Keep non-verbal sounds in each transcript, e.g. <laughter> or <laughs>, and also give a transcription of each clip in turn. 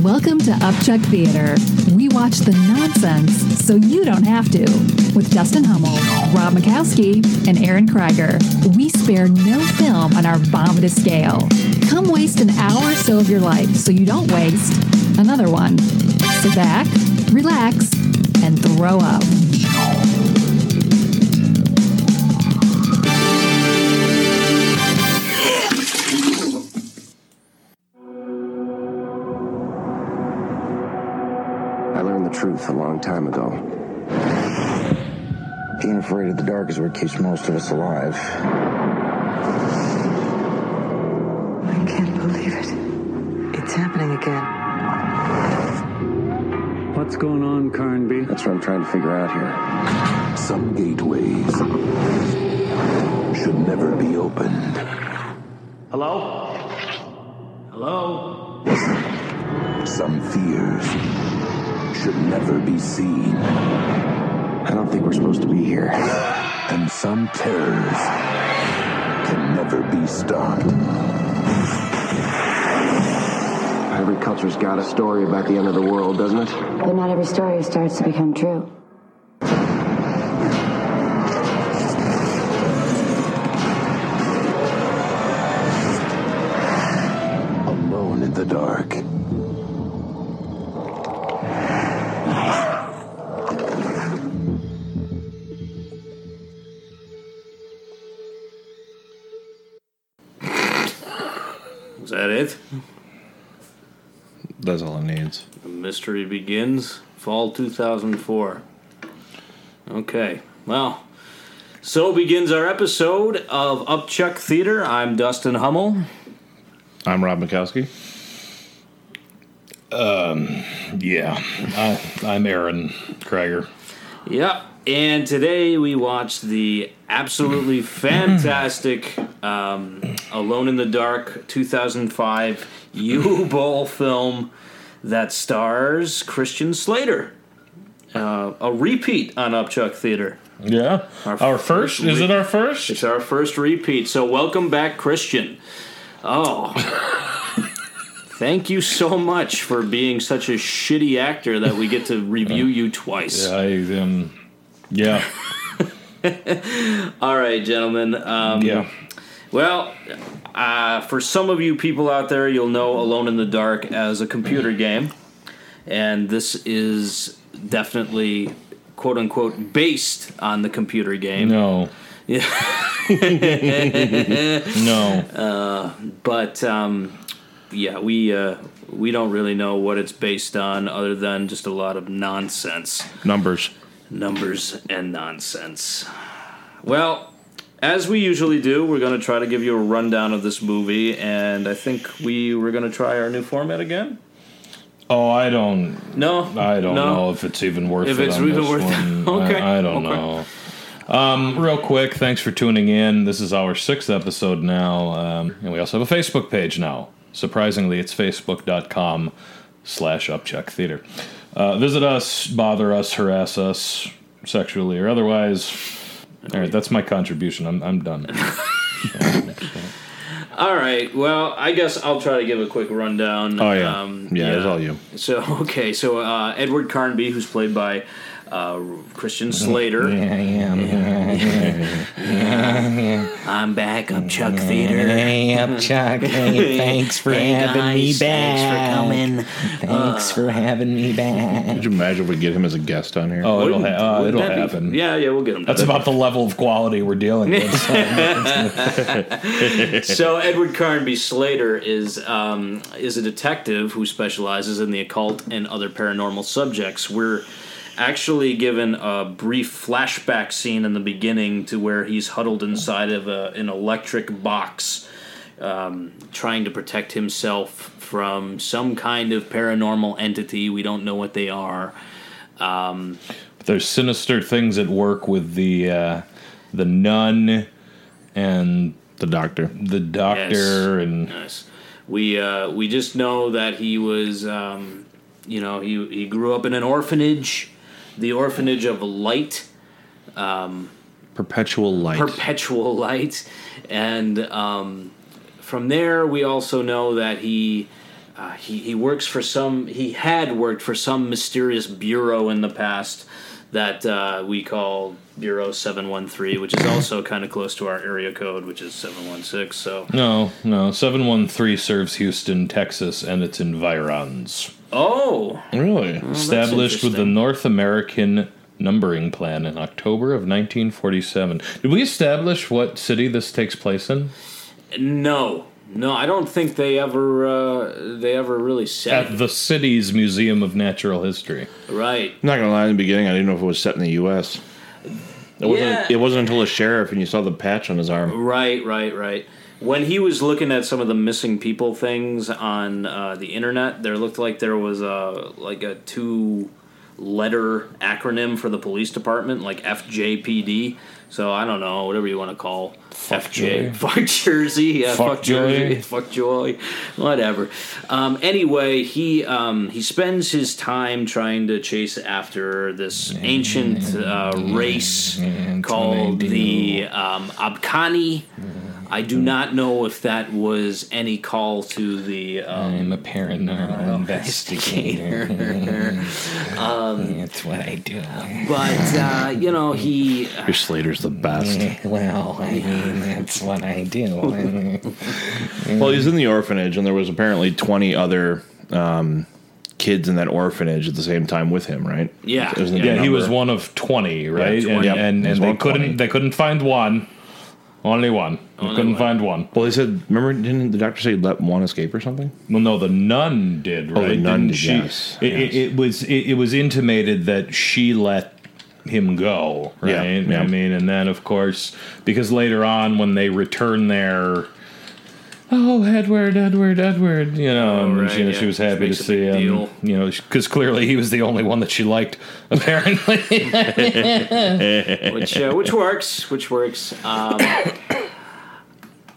Welcome to Upchuck Theater. We watch the nonsense so you don't have to. With Dustin Hummel, Rob Mikowski, and Aaron Krieger, we spare no film on our vomitous scale. Come waste an hour or so of your life so you don't waste another one. Sit back, relax, and throw up. I learned the truth a long time ago. Being afraid of the dark is what keeps most of us alive. I can't believe it. It's happening again. What's going on, Carnby? That's what I'm trying to figure out here. Some gateways should never be opened. Hello? Hello? Some fears should never be seen. I don't think we're supposed to be here. And some terrors can never be stopped. Every culture's got a story about the end of the world, doesn't it? But not every story starts to become true. Alone in the dark. Is that it? That's all it needs. The mystery begins fall 2004. Okay, well, so begins our episode of Upchuck Theater. I'm Dustin Hummel. I'm Rob Mikowski. Um, yeah, I, I'm Aaron Krager. Yep, and today we watched the absolutely fantastic um, Alone in the Dark 2005 U Bowl film that stars Christian Slater. Uh, a repeat on Upchuck Theater. Yeah, our, first, first is re- it our first? It's our first repeat, so welcome back, Christian. Oh. Thank you so much for being such a shitty actor that we get to review you twice. I um, yeah, All right, gentlemen. Um, yeah. Well, uh, for some of you people out there, you'll know Alone in the Dark as a computer game. And this is definitely, quote unquote, based on the computer game. No. <laughs> no. but um, yeah, we uh, we don't really know what it's based on, other than just a lot of nonsense, <laughs> Numbers. numbers and nonsense. Well, as we usually do, we're going to try to give you a rundown of this movie, and I think we were going to try our new format again. Oh, I don't. No, I don't no. know if it's even worth If it. it's on even this worth it. one. I- <laughs> Okay. I, don't Okay. know. Um, real quick, thanks for tuning in. This is our sixth episode now, um, and we also have a Facebook page now. Surprisingly, it's facebook.com slash upchuck theater. Uh, visit us, bother us, harass us, sexually or otherwise. All right, that's my contribution. I'm, I'm done. All right. Well, I guess I'll try to give a quick rundown. um, Oh, yeah. Yeah, it's all you. So <laughs> okay, so uh, Edward Carnby, who's played by uh, Christian Mm-hmm. Slater. <laughs> I'm back. I'm Chuck Theater. Hey up, <laughs> Chuck. Hey, thanks for having me back. Thanks for coming. Thanks <laughs> for having me back. Could you imagine if we get him as a guest on here? for Oh, it'll, coming. ha- uh, it'll happen. Yeah, yeah, we'll get him. That's about the level of quality we're dealing with. so Edward Carnby Slater is um, is a detective who specializes in the occult and other paranormal subjects. We're actually given a brief flashback scene in the beginning to where he's huddled inside of a, an electric box, um, trying to protect himself from some kind of paranormal entity. We don't know what they are. Um, there's sinister things at work with the uh, the nun and the doctor, the doctor, and Yes. We uh, we just know that he was, um, you know, he he grew up in an orphanage, the orphanage of light, perpetual light. perpetual <laughs> light, and um, from there we also know that he uh, he he works for some he had worked for some mysterious bureau in the past that uh, we call Bureau Seven One Three, which is also kind of close to our area code, which is seven one six. So No, no. 713 serves Houston, Texas, and its environs. oh, Really? Established with the interesting. North American numbering plan in October of 1947. Did we establish what city this takes place in? no. No, I don't think they ever uh, they ever really said At the city's Museum of Natural History. right. I'm not gonna lie. In the beginning, I didn't know if it was set in the U.S. It wasn't. Yeah. It wasn't until a sheriff and you saw the patch on his arm. Right, right, right. When he was looking at some of the missing people things on uh, the internet, there looked like there was a like a two letter acronym for the police department, like FJPD. So I don't know, whatever you want to call FJ, Joy. <laughs> fuck Jersey, yeah, Fuck fuck, Jersey, <laughs> Joy. fuck Joy, whatever. Um, anyway, he um, he spends his time trying to chase after this ancient uh, race called the um, Abkhani. I do not know if that was any call to the. Um, I'm a paranormal investigator. That's what I do. Mm. but uh, you know <laughs> he Your Slater's the best. Well, I mean, that's what I do. Well, he's in the orphanage, and there was apparently 20 other um, kids in that orphanage at the same time with him, right? Yeah. Isn't it Yeah, the he was number? one of twenty, right? 20. And and, He was and they one of couldn't 20. they couldn't find one. Only one. They Only couldn't one. find one. Well, he said, remember, didn't the doctor say let one escape or something? Well, no, the nun did, right? Oh, the Didn't nun did, she? yes, It, yes. It, it was it, it was intimated that she let him go, right? Yeah, yeah. I mean, and then of course because later on when they return there. Oh, Edward, Edward, Edward! You Oh, know, and right, she, yeah. she was She happy to makes a see big him. deal. You know, because clearly he was the only one that she liked, <laughs> apparently. which uh, which works, which works. Um,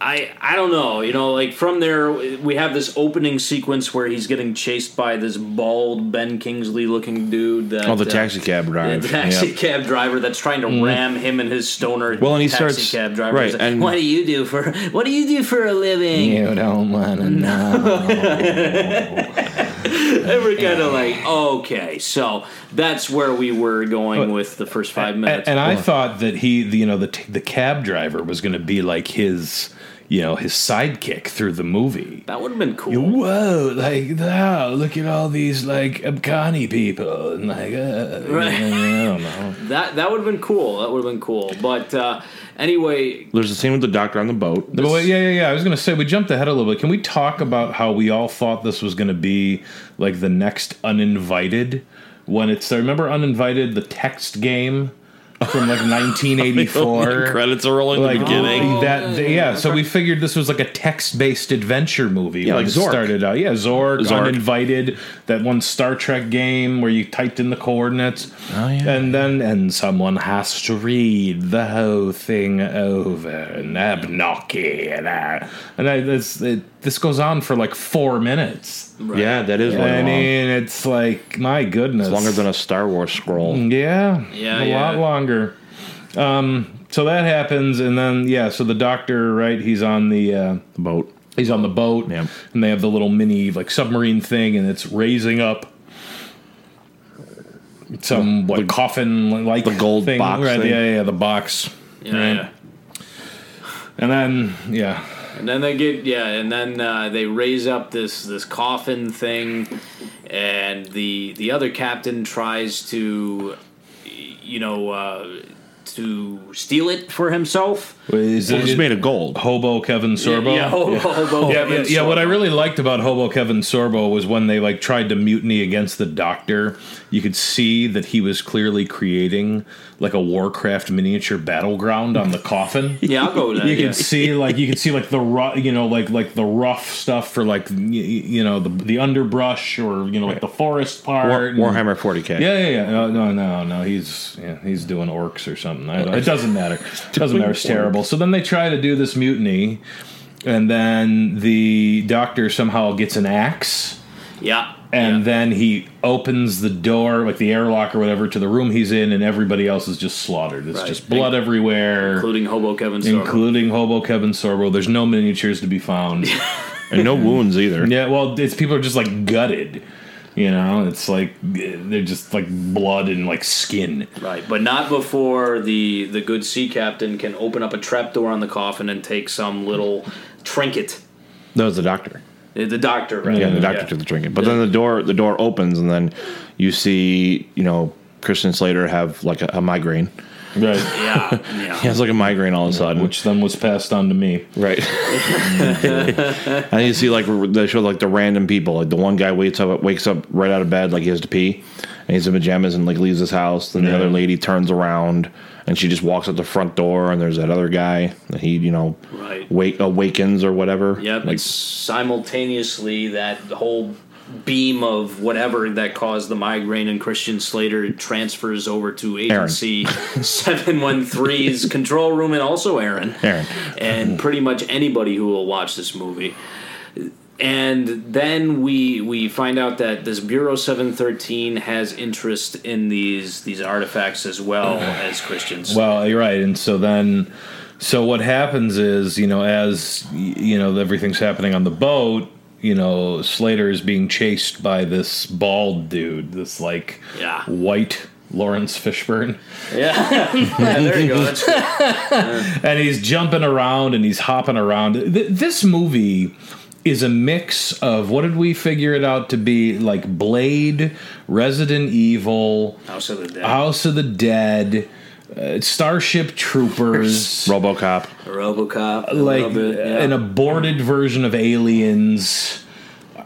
I I don't know, you know, like from there we have this opening sequence where he's getting chased by this bald Ben Kingsley looking dude. That, Oh, the uh, taxi cab the drive. taxi Yeah. cab driver that's trying to ram him and his stoner. Mm. Well, and he taxi starts- cab driver. right, He's like, and- what do you do for what do you do for a living? You don't want to know. And we're kind of like, okay, so that's where we were going with the first five minutes. And, and I thought that he, the, you know, the t- the cab driver was going to be like his, you know, his sidekick through the movie. that would have been cool. Whoa! Like, wow! Look at all these like Abkhani people, and like, uh, Right. I don't know. That that would have been cool. That would have been cool. But uh, anyway, <laughs> There's the scene with the doctor on the boat. <laughs> But wait, yeah, yeah, yeah. I was going to say we jumped ahead a little bit. Can we talk about how we all thought this was going to be like the next Uninvited? When it's remember Uninvited, the text game from <laughs> like <laughs> 1984. Credits are rolling like in the beginning. oh, that yeah, so we figured this was like a text-based adventure movie Yeah, when like it Zork. started out yeah zork, Zork. uninvited that one star trek game where you typed in the coordinates Oh, yeah. and then and someone has to read the whole thing over and abnocky and uh, and I, this it, this goes on for like four minutes Yeah, that is i really long. mean it's like my goodness It's longer than a Star Wars scroll. yeah. Yeah, A yeah. lot longer. Um, so that happens, and then yeah, so the doctor, right? He's on the uh, The boat. he's on the boat, Yeah. and they have the little mini like submarine thing, and it's raising up some what coffin like the gold thing, box right? thing. Yeah, yeah, the box, yeah, yeah. and then yeah, and then they get yeah, and then uh, they raise up this this coffin thing, and the the other captain tries to, you know, uh, to steal it for himself. is Well, it's it made of gold. hobo Kevin Sorbo? Yeah, hobo, hobo Yeah, Kevin yeah, yeah, what I Oh, Sorbo. really liked about Hobo Kevin Sorbo was when they like tried to mutiny against the doctor. You could see that he was clearly creating like a Warcraft miniature battleground on the coffin. <laughs> yeah, I'll go with that. You yeah. could see like you could see like the rough, you know, like like the rough stuff for like y- y- you know the the underbrush or you know like the forest part. War, and- Warhammer 40k. yeah, yeah, yeah. No, no, no, no. He's yeah, he's doing orcs or something. I don't- it <laughs> doesn't matter. It doesn't matter. It's terrible. So then they try to do this mutiny, and then the doctor somehow gets an axe, yeah, and yeah. then he opens the door, like the airlock or whatever, to the room he's in, and everybody else is just slaughtered. It's Right. just blood everywhere, including hobo Kevin Sorbo. <laughs> including hobo Kevin Sorbo. There's no miniatures to be found. and no wounds either. Yeah, well, it's people are just like gutted. You know, it's like they're just like blood and like skin. Right, but not before the the good sea captain can open up a trapdoor on the coffin and take some little trinket. That was the doctor. The, the doctor, right? Yeah, the doctor took the trinket. But then the door the door opens, and then you see you know Christian Slater have like a, a migraine. Right. Yeah, <laughs> He has like a migraine all of a sudden, Mm-hmm. Which then was passed on to me. <laughs> Right. and you see like r- they show like the random people. Like the one guy wakes up wakes up right out of bed like he has to pee, and he's in pajamas and like leaves his house. Then the Yeah. other lady turns around and she just walks out the front door, and there's that other guy that he you know Right. wake awakens or whatever. Yep. Like it's simultaneously that whole beam of whatever that caused the migraine and Christian Slater transfers over to Aaron. agency 713's control room and also Aaron. Aaron. And pretty much anybody who will watch this movie. And then we we find out that this Bureau 713 has interest in these these artifacts as well as Christians. Well, you're right. And so then, so what happens is, you know, as y- you know, everything's happening on the boat. You know, Slater is being chased by this bald dude, this like Yeah. white Lawrence Fishburne, <laughs> yeah. yeah, there you go. That's good. and he's jumping around and he's hopping around. Th- this movie is a mix of what did we figure it out to be like Blade, Resident Evil, House of the Dead. House of the Dead, uh, Starship Troopers, RoboCop. RoboCop. a like little bit, yeah. an aborted version of aliens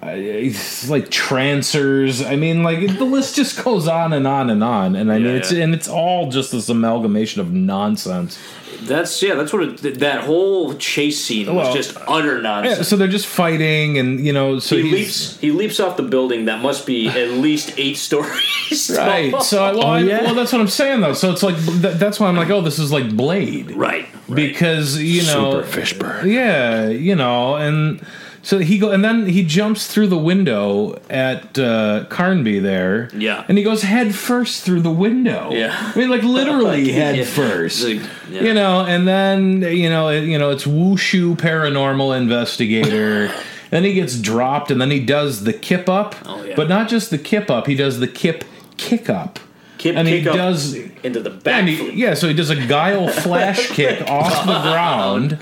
I- it's like trancers i mean like the list just goes on and on and on and i mean Yeah, it's yeah. and it's all just this amalgamation of nonsense That's yeah. That's what it, th- that whole chase scene was Well, just utter yeah, nonsense. so they're just fighting and you know so he he's- leaps. He leaps off the building. That must <laughs> be at least eight stories. tall. Oh, Right, <laughs> so I, well, I- yeah. well, that's what I'm saying though. So it's like th- that's why I'm like, oh, this is like Blade, right. because you know, Super Fishburne. Yeah, you know, and so he go, and then he jumps through the window at uh, Carnby there. Yeah. and he goes head first through the window. Yeah. I mean, like literally <laughs> head Yeah. first. Like, yeah. You know, and then you know, it, you know, it's wushu paranormal <laughs> investigator. then he gets dropped, and then he does the kip up. Oh, yeah. But not just the kip up; he does the kip kick up. Kip and he kick up does into the back. and he, yeah, so he does a guile flash kick off the ground.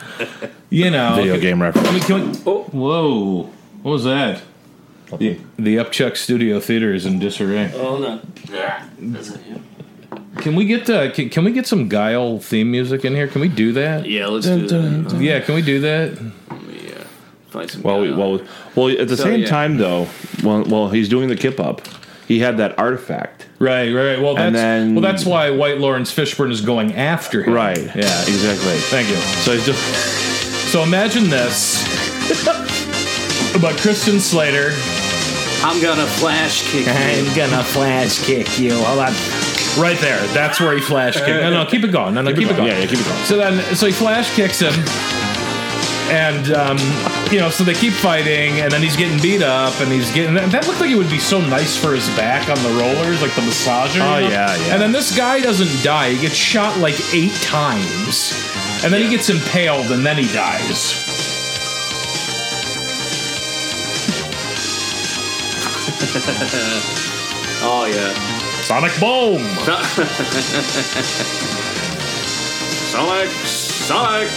You know, Video game reference. I mean, can we, oh, whoa! What was that? The, the Upchuck Studio Theater is in disarray. Hold on. Yeah. That's it, yeah. Can we get uh, can, can we get some Guile theme music in here? Can we do that? Yeah, let's do that. Yeah, can we do that? Yeah. Find some Well, guy we, on. well, well. At the So, same yeah. time, though, well, well, he's doing the kip up. He had that artifact. Right, right. right. Well, that's And then- well, that's why White Lawrence Fishburne is going after him. Right. Yeah. Exactly. Thank you. So he's just So imagine this. But Kristen Slater, I'm gonna flash kick. you. I'm gonna flash kick you. Hold on. right there. That's where he flash kicked. No, no, keep it going. No, no, keep, it going. yeah, yeah, Uh, keep it going. So then, so he flash kicks him, and um, you know, so they keep fighting, and then he's getting beat up, and he's getting that, that looked like it would be so nice for his back on the rollers, like the massager. you Oh, know? yeah, yeah. And then this guy doesn't die; he gets shot like eight times, and then he gets impaled, and then he dies. Oh yeah. Sonic boom! Sonic. Sonic.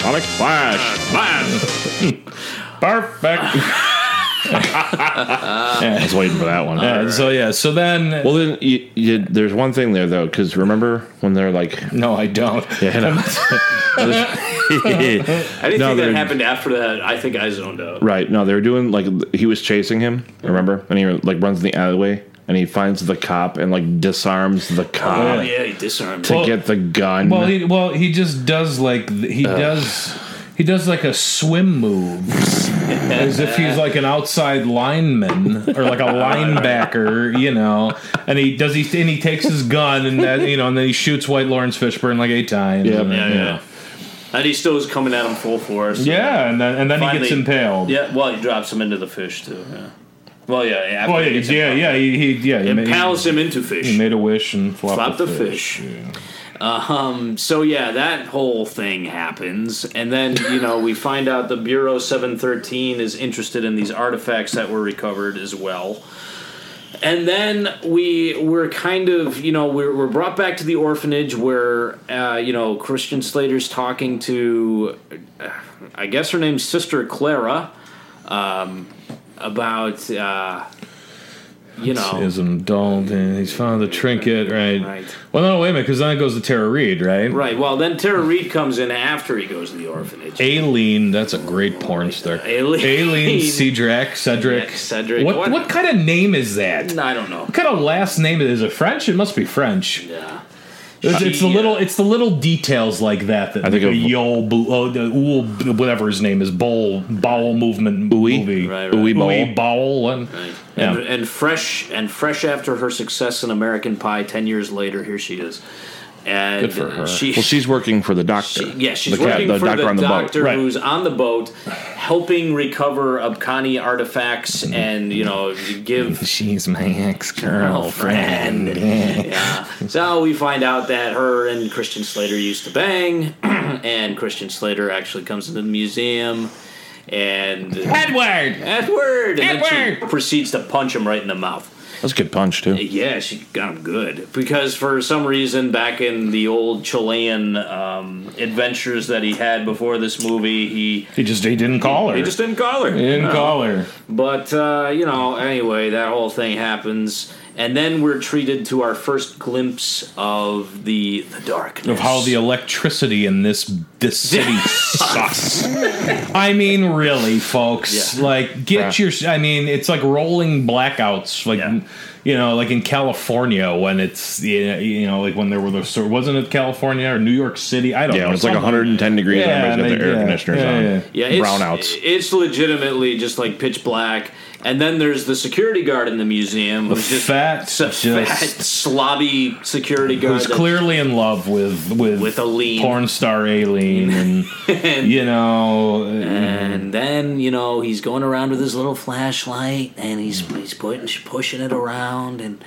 Sonic Flash. Flash. <laughs> Perfect. <laughs> I was waiting for that one. Yeah, so yeah, so then. Well, then you, you, there's one thing there though, because remember when <laughs> they're like, <laughs> no, I don't. yeah, no, <laughs> <laughs> I didn't think No, that they're- happened after that. I think I zoned out. right? No, they were doing like he was chasing him. Remember, and he like runs in the alleyway and he finds the cop and like disarms the cop Oh yeah, he disarmed. to him. get the gun. Well, he well he just does like th- he does he does like a swim <laughs> move as if he's like an outside lineman or <laughs> like a linebacker, you know. And he does he and he takes his gun and that you know and then he shoots White Lawrence Fishburne like eight times. Yep. and then, yeah, you yeah. know. And he still was coming at him full force. Yeah, and then and then he gets Finally- impaled. Yeah, well, he drops him into the fish too. Yeah. Well, yeah. After Well, he yeah, gets yeah, impaled. yeah, he, he yeah he, ma- Impales him into he fish. made a wish and flopped Flop the fish. fish. Um, so yeah, that whole thing happens, and then you know we find out the Bureau Seven Thirteen is interested in these artifacts that were recovered as well. And then we were kind of, you know, we're, we're brought back to the orphanage where, uh, you know, Christian Slater's talking to, uh, I guess her name's Sister Clara, um, about, uh, you know, Sees him dulled, and he's found the trinket, right? Oh. Right. Well, no, wait a minute, because then it goes to Tara Reed, right? right. Well, then Tara Reed comes in after he goes to the orphanage. Aileen, that's a great porn star. Aileen. Aileen Cedric, Cedric. Yeah, Cedric. What, What- what kind of name is that? I don't know. What kind of last name is it? French? It must be French. Yeah. It's, it's the She, little, it's the little details like that that I think the of- yo, bo- oh, the ool, whatever his name is, bowl, bowel movement Ooey? movie, Right, right. Ooey bowl. Ooey bowl, and yeah. And, and fresh and fresh after her success in American Pie, ten years later, here she is. And Good for her. She, Well, she's working for the doctor. she- yeah, she's The cat- working the for doctor the on the boat. doctor Right. who's on the boat, helping recover Abkhani artifacts Mm-hmm. and you know give. She's my ex Girlfriend. girlfriend. Yeah. So we find out that her and Christian Slater used to bang, <clears throat> and Christian Slater actually comes into the museum, and Edward! Edward, and then she Edward! proceeds to punch him right in the mouth. That's a good punch too. Yeah, she got him good because for some reason back in the old Chilean um, adventures that he had before this movie, he he just he didn't call her. he just didn't call her. He didn't No. call her. But uh, you know, anyway, that whole thing happens, and then we're treated to our first glimpse of the the darkness of how the electricity in this this <laughs> city sucks. I mean, really, folks. Yeah. Like, get your. I mean, it's like rolling blackouts. Like, Yeah. you know, like in California when it's you know, you know, like when there were those. so Wasn't it California or New York City? I don't Yeah, know. when it's like something. 110 degrees Yeah, and everybody's got their yeah, air conditioners yeah, on. yeah. yeah, it's, Brownouts. It's legitimately just like pitch black. And then there's the security guard in the museum who's just fat, s- <laughs> fat, just- slobby security guard. Who's that- clearly in love with with, With Aileen. porn <laughs> star Aileen, and you know, And then you know he's going around with his little flashlight, and he's Hmm. he's putting pushing it around, and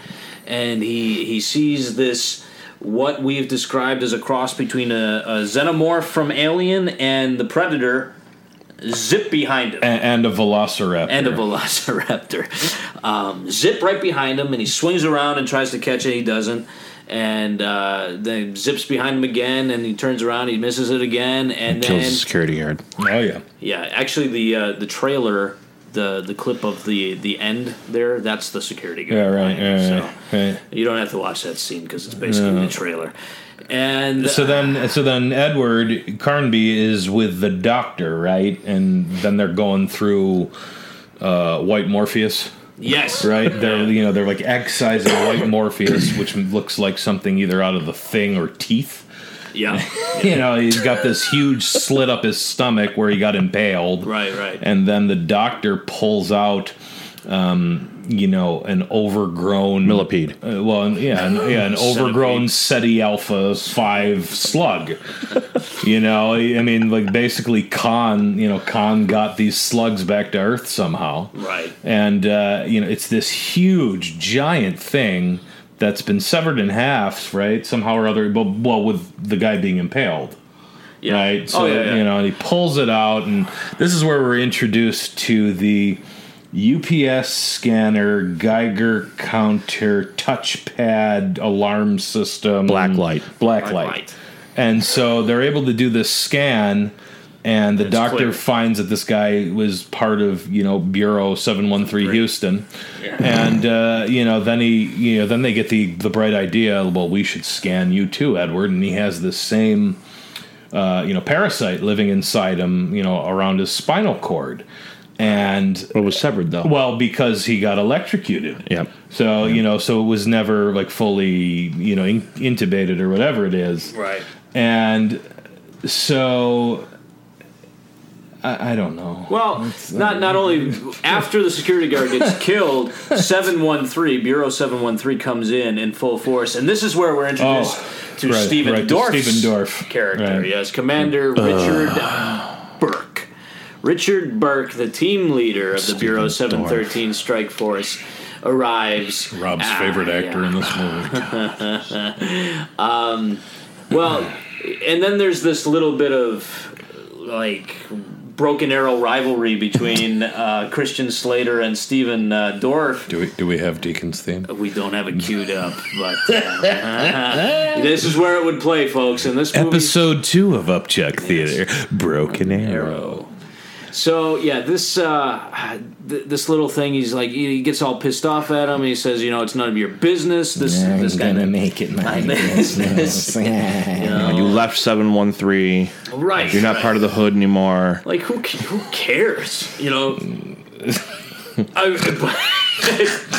and he he sees this what we've described as a cross between a, a xenomorph from Alien and the Predator, zip behind him. and, and a velociraptor. and a velociraptor. Um, zip right behind him, and he swings around and tries to catch it. He doesn't. And uh, then zips behind him again, and he turns around. He misses it again, and Kills then the security guard. Oh yeah. yeah, actually the uh, the trailer, the the clip of the the end there, that's the security guard. Yeah, right, yeah, So right, right. you don't have to watch that scene because it's basically the trailer. And So then, so then Edward Carnby is with the doctor, right? And then they're going through uh, White Morpheus, yes, right? They're you know they're like excising White Morpheus, which looks like something either out of the Thing or teeth. <laughs> yeah, You know, he's got this huge slit up his stomach where he got impaled. right, right. And then the doctor pulls out, um, you know, an overgrown Millipede. Uh, well, an- yeah, an, <laughs> yeah, an overgrown SETI Alpha Five slug. you know, I mean, like basically, Khan, you know, Khan got these slugs back to Earth somehow, Right. And uh, you know, it's this huge, giant thing that's been severed in half, right? Somehow or other, but well, with the guy being impaled yeah. right? So oh, yeah, yeah. you know, and he pulls it out, and this is where we're introduced to the UPS scanner, Geiger counter, touchpad, alarm system, Blacklight. blacklight, Blacklight. and so they're able to do this scan. And the doctor clear. finds that this guy was part of you know Bureau Seven One Three Houston, and uh, you know then he you know then they get the the bright idea well we should scan you too Edward and he has this same uh, you know, parasite living inside him, you know, around his spinal cord. And Well, it was severed though. well, because he got electrocuted. Yep. So, you know, so it was never like fully, you know, in- intubated or whatever it is. right. And so I, I don't know. Well, not not only after the security guard gets <laughs> killed, seven one three Bureau seven one three comes in in full force, and this is where we're introduced to Oh, right, Stephen right, to Dorff's Stephen Dorff. character. Right. Uh. Yes, Commander Richard Burke. Richard Burke, the team leader of the Bureau seven thirteen Strike Force, arrives. Rob's Ah, favorite actor yeah. in this movie. Well, and then there's this little bit of like broken arrow rivalry between uh, Christian Slater and Steven uh, Dorff. Do we do we have Deacon's theme? We don't have it queued up, but uh, <laughs> this is where it would play, folks. In this movie, Episode two of Upchuck Theater, Broken Arrow. So yeah, this uh, th- this little thing. He's like he gets all pissed off at him. and He says, you know, it's none of your business. This I'm this guy. gonna make it my <laughs> I <laughs> know. business. You, know, Uh, you left 713. Right, You're not right. part of the hood anymore. Like who ca- who cares? You know. I, <laughs>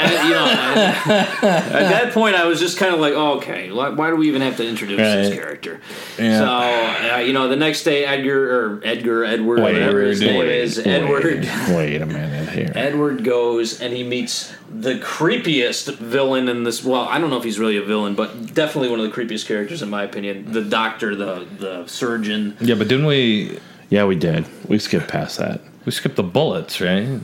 And, you know, I- at that point, I was just kind of like, oh, okay, why, why do we even have to introduce this Right. character? Yeah. So, uh, you know, the next day, Edgar or Edgar Edward, Wait, whatever his wait, name is, wait. Edward. <laughs> Wait a minute here. Edward goes and he meets the creepiest villain in this. Well, I don't know if he's really a villain, but definitely one of the creepiest characters in my opinion. The doctor, the the surgeon. Yeah, but didn't we Yeah, we did. We skipped past that. we skipped the bullets, right?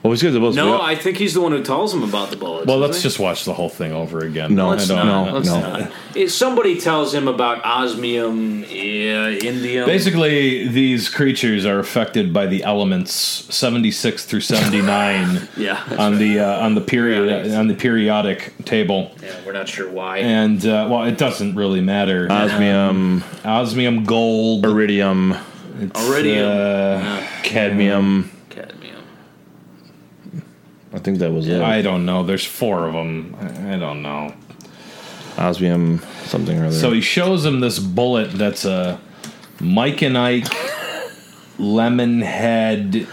Well, we skipped the bullets. we, No, I think he's the one who tells him about the bullets. Well, isn't let's he? just watch the whole thing over again. No, I let's don't- not. Let's No. not. If somebody tells him about osmium, yeah, indium. Basically, these creatures are affected by the elements seventy six through seventy nine <laughs> yeah, that's on right. the uh, on the period Periodics. on the periodic table, yeah, we're not sure why. and uh, well, it doesn't really matter. Osmium, Osmium, gold, iridium, Iridium. uh, Yeah, cadmium. cadmium. I think that was it. I don't know. There's four of them. I I don't know. Osmium, something or other. So he shows him this bullet that's a Mike and Ike lemon head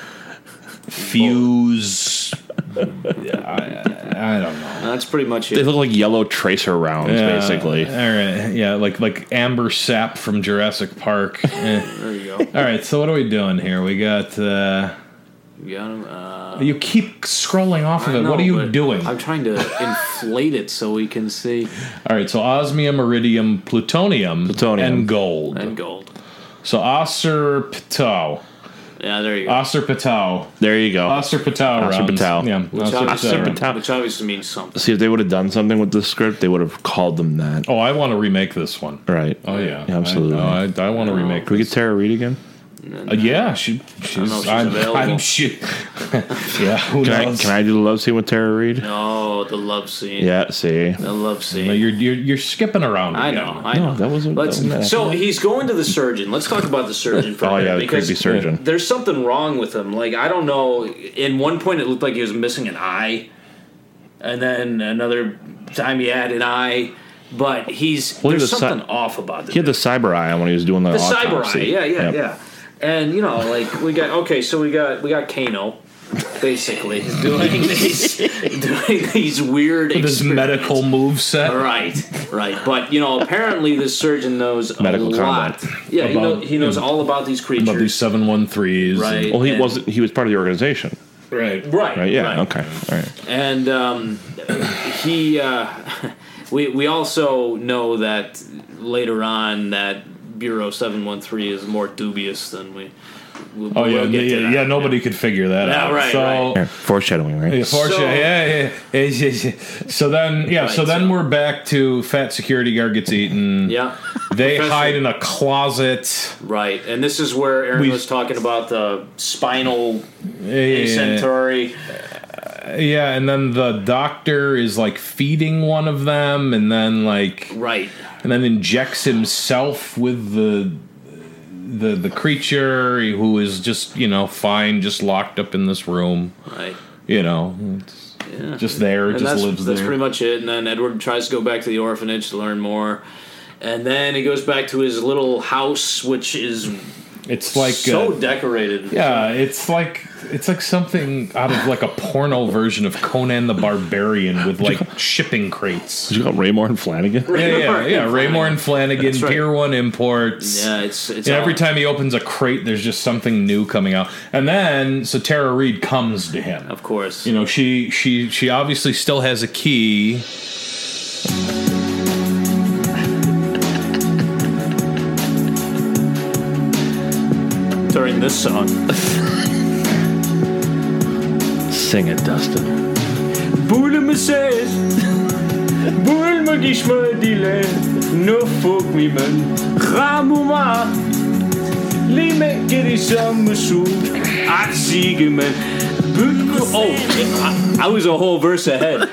fuse. I, I don't know. That's pretty much they it. look like yellow tracer rounds, basically. all right. Yeah, like like amber sap from Jurassic Park. Eh. There you go. All right. So what are we doing here? We got. Uh, You got him. Uh, you keep scrolling off of I it. what know, are you but doing? I'm trying to inflate it so we can see. all right. So osmium, iridium, plutonium, Plutonium. and gold. And gold. so osir ptau. Yeah, there you go. Osir ptau. There you go. Oscar Patel. Oscar rounds. Patel. Yeah. Which Oscar obviously, Patel. which obviously means something. See if they would have done something with this script, they would have called them that. Oh, I want to remake this one. Right. Oh yeah, Yeah, absolutely. I, no, I, I want to remake. Can we get Tara Reid again? Uh, yeah, she. She's, know if she's I'm, available. I'm she, <laughs> yeah. Who Can I, knows? can I do the love scene with Tara Reid? No, Oh, the love scene. Yeah, see. The love scene. No, you're, you're you're skipping around. I again. know. I know. that was a- Let's, that was- so he's going to the surgeon. Let's talk about the surgeon for Oh, a minute. yeah, the because creepy surgeon. There's something wrong with him. Like I don't know. In one point, it looked like he was missing an eye, and then another time he had an eye. But he's Well, he there's was something cy- off about the He had the cyber eye on when he was doing the, the cyber autopsy. eye. Yeah, yeah, Yep. yeah. And you know, like we got okay, so we got we got Kano, basically doing <laughs> these doing these weird With his experiments. medical move set. Right, right. But you know, apparently this surgeon knows a Medical lot. Yeah, he, About- know, he knows all about these creatures. About these seven one threes. Right. Well, he And- wasn't. He was part of the organization, Right. right, right? Yeah. right. Okay. All right. And um, he, uh, <laughs> we we also know that later on that Bureau Seven One Three is more dubious than we. we Oh yeah, yeah, yeah, that. Nobody could figure that Yeah, out. right, So. right. Yeah, foreshadowing, right? Yeah, Porsche, So- yeah, yeah, yeah, yeah, yeah. So then, yeah, so Right, then so- we're back to fat security guard gets eaten. Yeah, They Professor- hide in a closet. right. And this is where Aaron We- was talking about the spinal Yeah, centauri. Eh, yeah, and then the doctor is like feeding one of them, and then like, Right. and then injects himself with the the the creature who is just you know fine, just locked up in this room. Right. You know, it's just there, And just that's, lives that's there. pretty much it. And then Edward tries to go back to the orphanage to learn more. And then he goes back to his little house, which is it's like so uh, decorated. Yeah, it's like it's like something out of like a porno version of Conan the Barbarian with <laughs> like shipping crates. Did you call Raymore and Flanagan? Yeah, yeah, yeah. Raymore and Flanagan, right. Pier One Imports. Yeah, it's it's And every all- time he opens a crate, there's just something new coming out. And then, so Tara Reed comes to him. of course. You know, she she she obviously still has a key. during this song, Sing it, Dustin. Buddha says, בול מגיש מדילה, נופוק ממן חמומה. לימי גרישה משום, עד שיגמן. Oh, I, I was a whole verse ahead.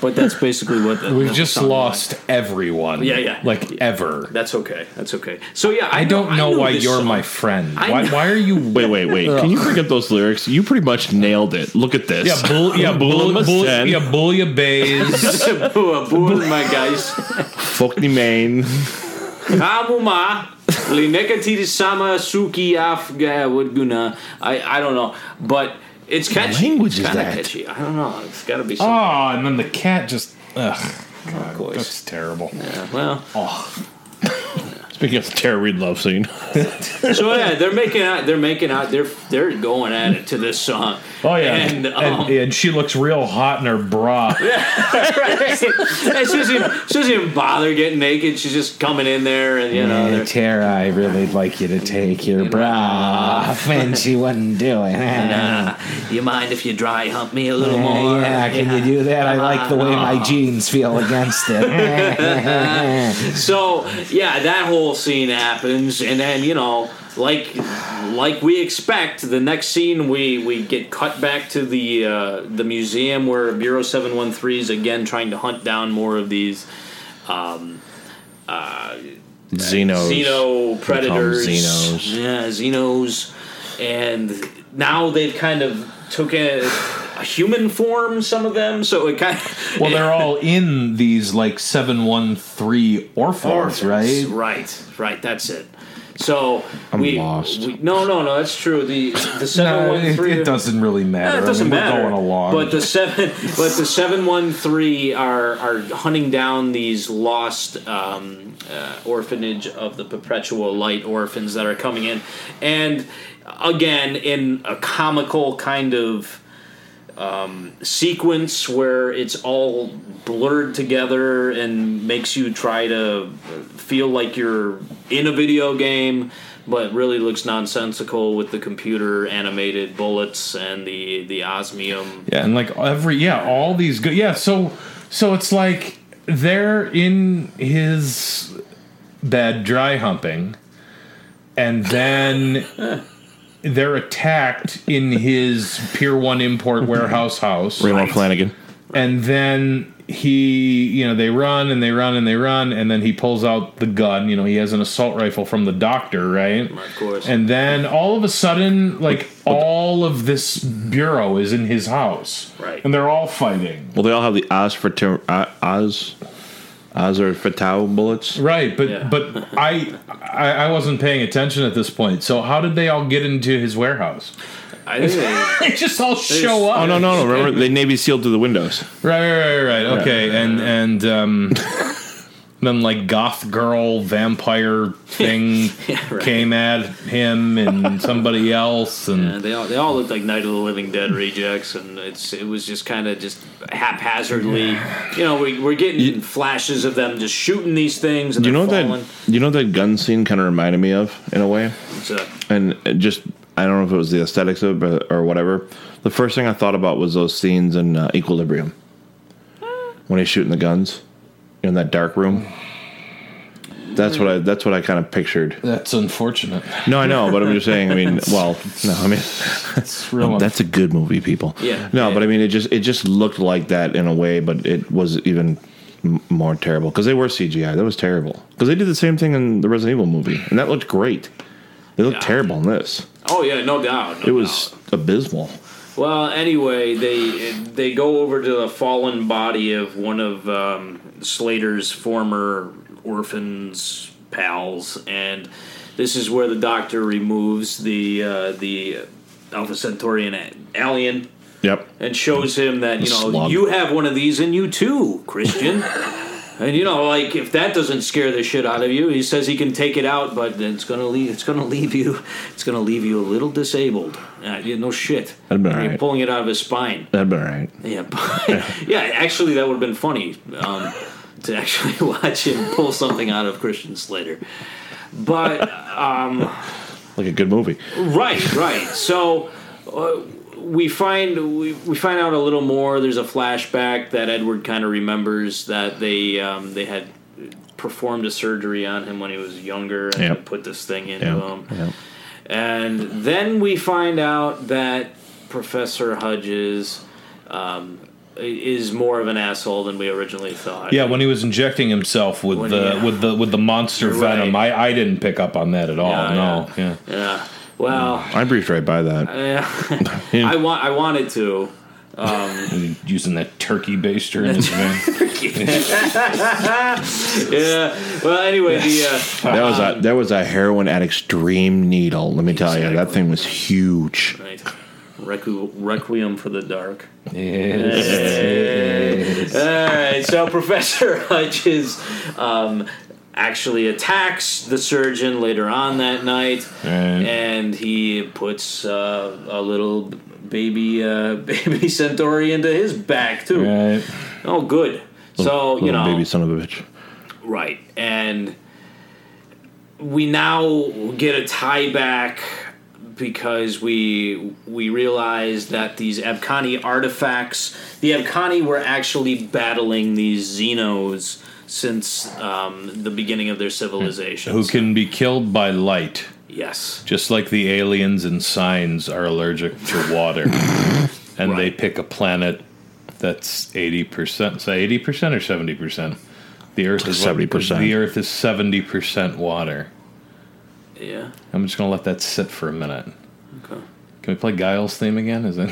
But that's basically what the, We've the just song lost everyone. Yeah, yeah. Like ever. That's okay. That's okay. So yeah, I, don't know, why this you're song. my friend. I Why, know- why are you? <laughs> Wait, wait, wait. Can you bring up those lyrics? You pretty much nailed it. Look at this. Yeah, bull, yeah, bull, bull, yeah, <laughs> bouillabaisse. Boa, boa, my guys. Fuck the main. Kamuma Linekatiri Sama Suki Afga would guna. I I don't know, but it's catchy. language it's is kinda that? catchy. I don't know. It's got to be. Some, Oh, and then the cat just. Ugh, God, that's terrible. Oh. well, Speaking of the Tara Reid love scene, so yeah, they're making out. They're making out. They're they're going at it to this song. Oh yeah, and, and, um, <laughs> and, she looks real hot in her bra. Right. she, doesn't even, she doesn't even bother getting naked. She's just coming in there, and you know, they're- Tara, I really like you to take your bra off, and she wouldn't do it. <laughs> Nah, you mind if you dry hump me a little more? Yeah, can you do that? I like the way my jeans feel against it. so yeah, that whole scene happens, and then you know, like like we expect, the next scene we we get cut back to the uh, the museum where Bureau Seven One Three is again trying to hunt down more of these. Um, uh, Xenos. Xeno predators. They call 'em Xenos. Yeah, Xenos. And now they've kind of took a, a human form, some of them, so it kind of. Well, they're all in these like seven one three orphans, right? Right, right, that's it. So I'm we, lost. we- no no no that's true the <laughs> the seven No, one it, three eh, it doesn't really matter. it doesn't I mean, matter. We're going along. But the seven, <laughs> but the seven one three are are hunting down these lost um, uh, orphanage of the perpetual light orphans that are coming in, and again in a comical kind of um, sequence where it's all blurred together and makes you try to feel like you're in a video game, but really looks nonsensical with the computer animated bullets and the the osmium. Yeah, and like every yeah, all these good yeah. So so it's like they're in his bed dry humping, and then they're attacked in his Pier One import warehouse house, Raymond Flanagan. and then he you know they run and they run and they run and then he pulls out the gun you know he has an assault rifle from the doctor right Of course. and then all of a sudden, like all of this bureau is in his house, Right. And they're all fighting, Well, they all have the Oz for ter- O- Oz, Oz or Fatau bullets. right? But Yeah. but I, I I wasn't paying attention at this point. So how did they all get into his warehouse? <laughs> I think <laughs> they- They just all show up. Oh no no no! Remember they Navy sealed through the windows. Right right right right. Okay, and and <laughs> um. Then like goth girl vampire <laughs> thing right. came at him <laughs> and somebody else and yeah, they all they all looked like Night of the Living Dead rejects, and it's it was just kind of just haphazardly. You know, we, we're getting flashes of them just shooting these things. And You know they're that falling. you know that gun scene kind of reminded me of in a way. It's a- and it just I don't know if it was the aesthetics of it or, or whatever. The first thing I thought about was those scenes in uh, Equilibrium Mm. when he's shooting the guns in that dark room. That's what I. Mm. That's what I kind of pictured. that's unfortunate. No, I know, but I'm just saying. <laughs> I mean, well, no, I mean, It's real that's a good movie, people. Yeah. No, Yeah. but I mean, it just it just looked like that in a way, but it was even m- more terrible because they were CGI. That was terrible because they did the same thing in the Resident Evil movie, and that looked great. They looked Yeah. terrible in this. oh yeah, no doubt. no It was abysmal. Well, anyway, they they go over to the fallen body of one of um, Slater's former orphans pals, and this is where the doctor removes the uh, the Alpha Centaurian a- alien Yep. and shows him that you know Slug. you have one of these in you too, <laughs> Christian. And you know, like if that doesn't scare the shit out of you, he says he can take it out, but then it's gonna leave. It's gonna <laughs> leave you. It's gonna leave you a little disabled. Uh, you- no shit. That'd been You're alright. pulling it out of his spine. <laughs> That'd be all right. Yeah, but, yeah. Actually, that would have been funny um, to actually <laughs> watch him pull something out of Christian Slater. But um, Like a good movie. right, right. So uh, we find we, we find out a little more. There's a flashback that Edward kind of remembers that they um, they had performed a surgery on him when he was younger and Yep. they put this thing into Yeah. him. And then we find out that Professor Hudges um, is more of an asshole than we originally thought. Yeah, when he was injecting himself with When the he- with the with the monster You're right. venom, I, I didn't pick up on that at all. Yeah, no, yeah. Yeah. Well, I breezed right by that. uh, I want I wanted to. Um, Using that turkey baster in <laughs> his vein. yeah. Well, anyway, the uh, That was a that was a heroin at extreme needle. Let me tell you, that thing was huge. Right. Requ- Requiem for the Dark. Yes. Yes. All right. So <laughs> Professor Hutchins um, actually attacks the surgeon later on that night, and he puts uh, a little baby uh, <laughs> baby centauri into his back too. Right. Oh, good. So you Little know, baby son of a bitch. Right. And we now get a tie back because we we realize that these Abkhani artifacts, the Abkhani were actually battling these Xenos since um, the beginning of their civilization. Who can be killed by light? Yes. Just like the aliens and signs are allergic to water, and they pick a planet that's eighty percent, say eighty percent or seventy percent. The Earth is what- 70%. The Earth is seventy percent water. Yeah. I'm just gonna let that sit for a minute. Okay. Can we play Guile's theme again? Is that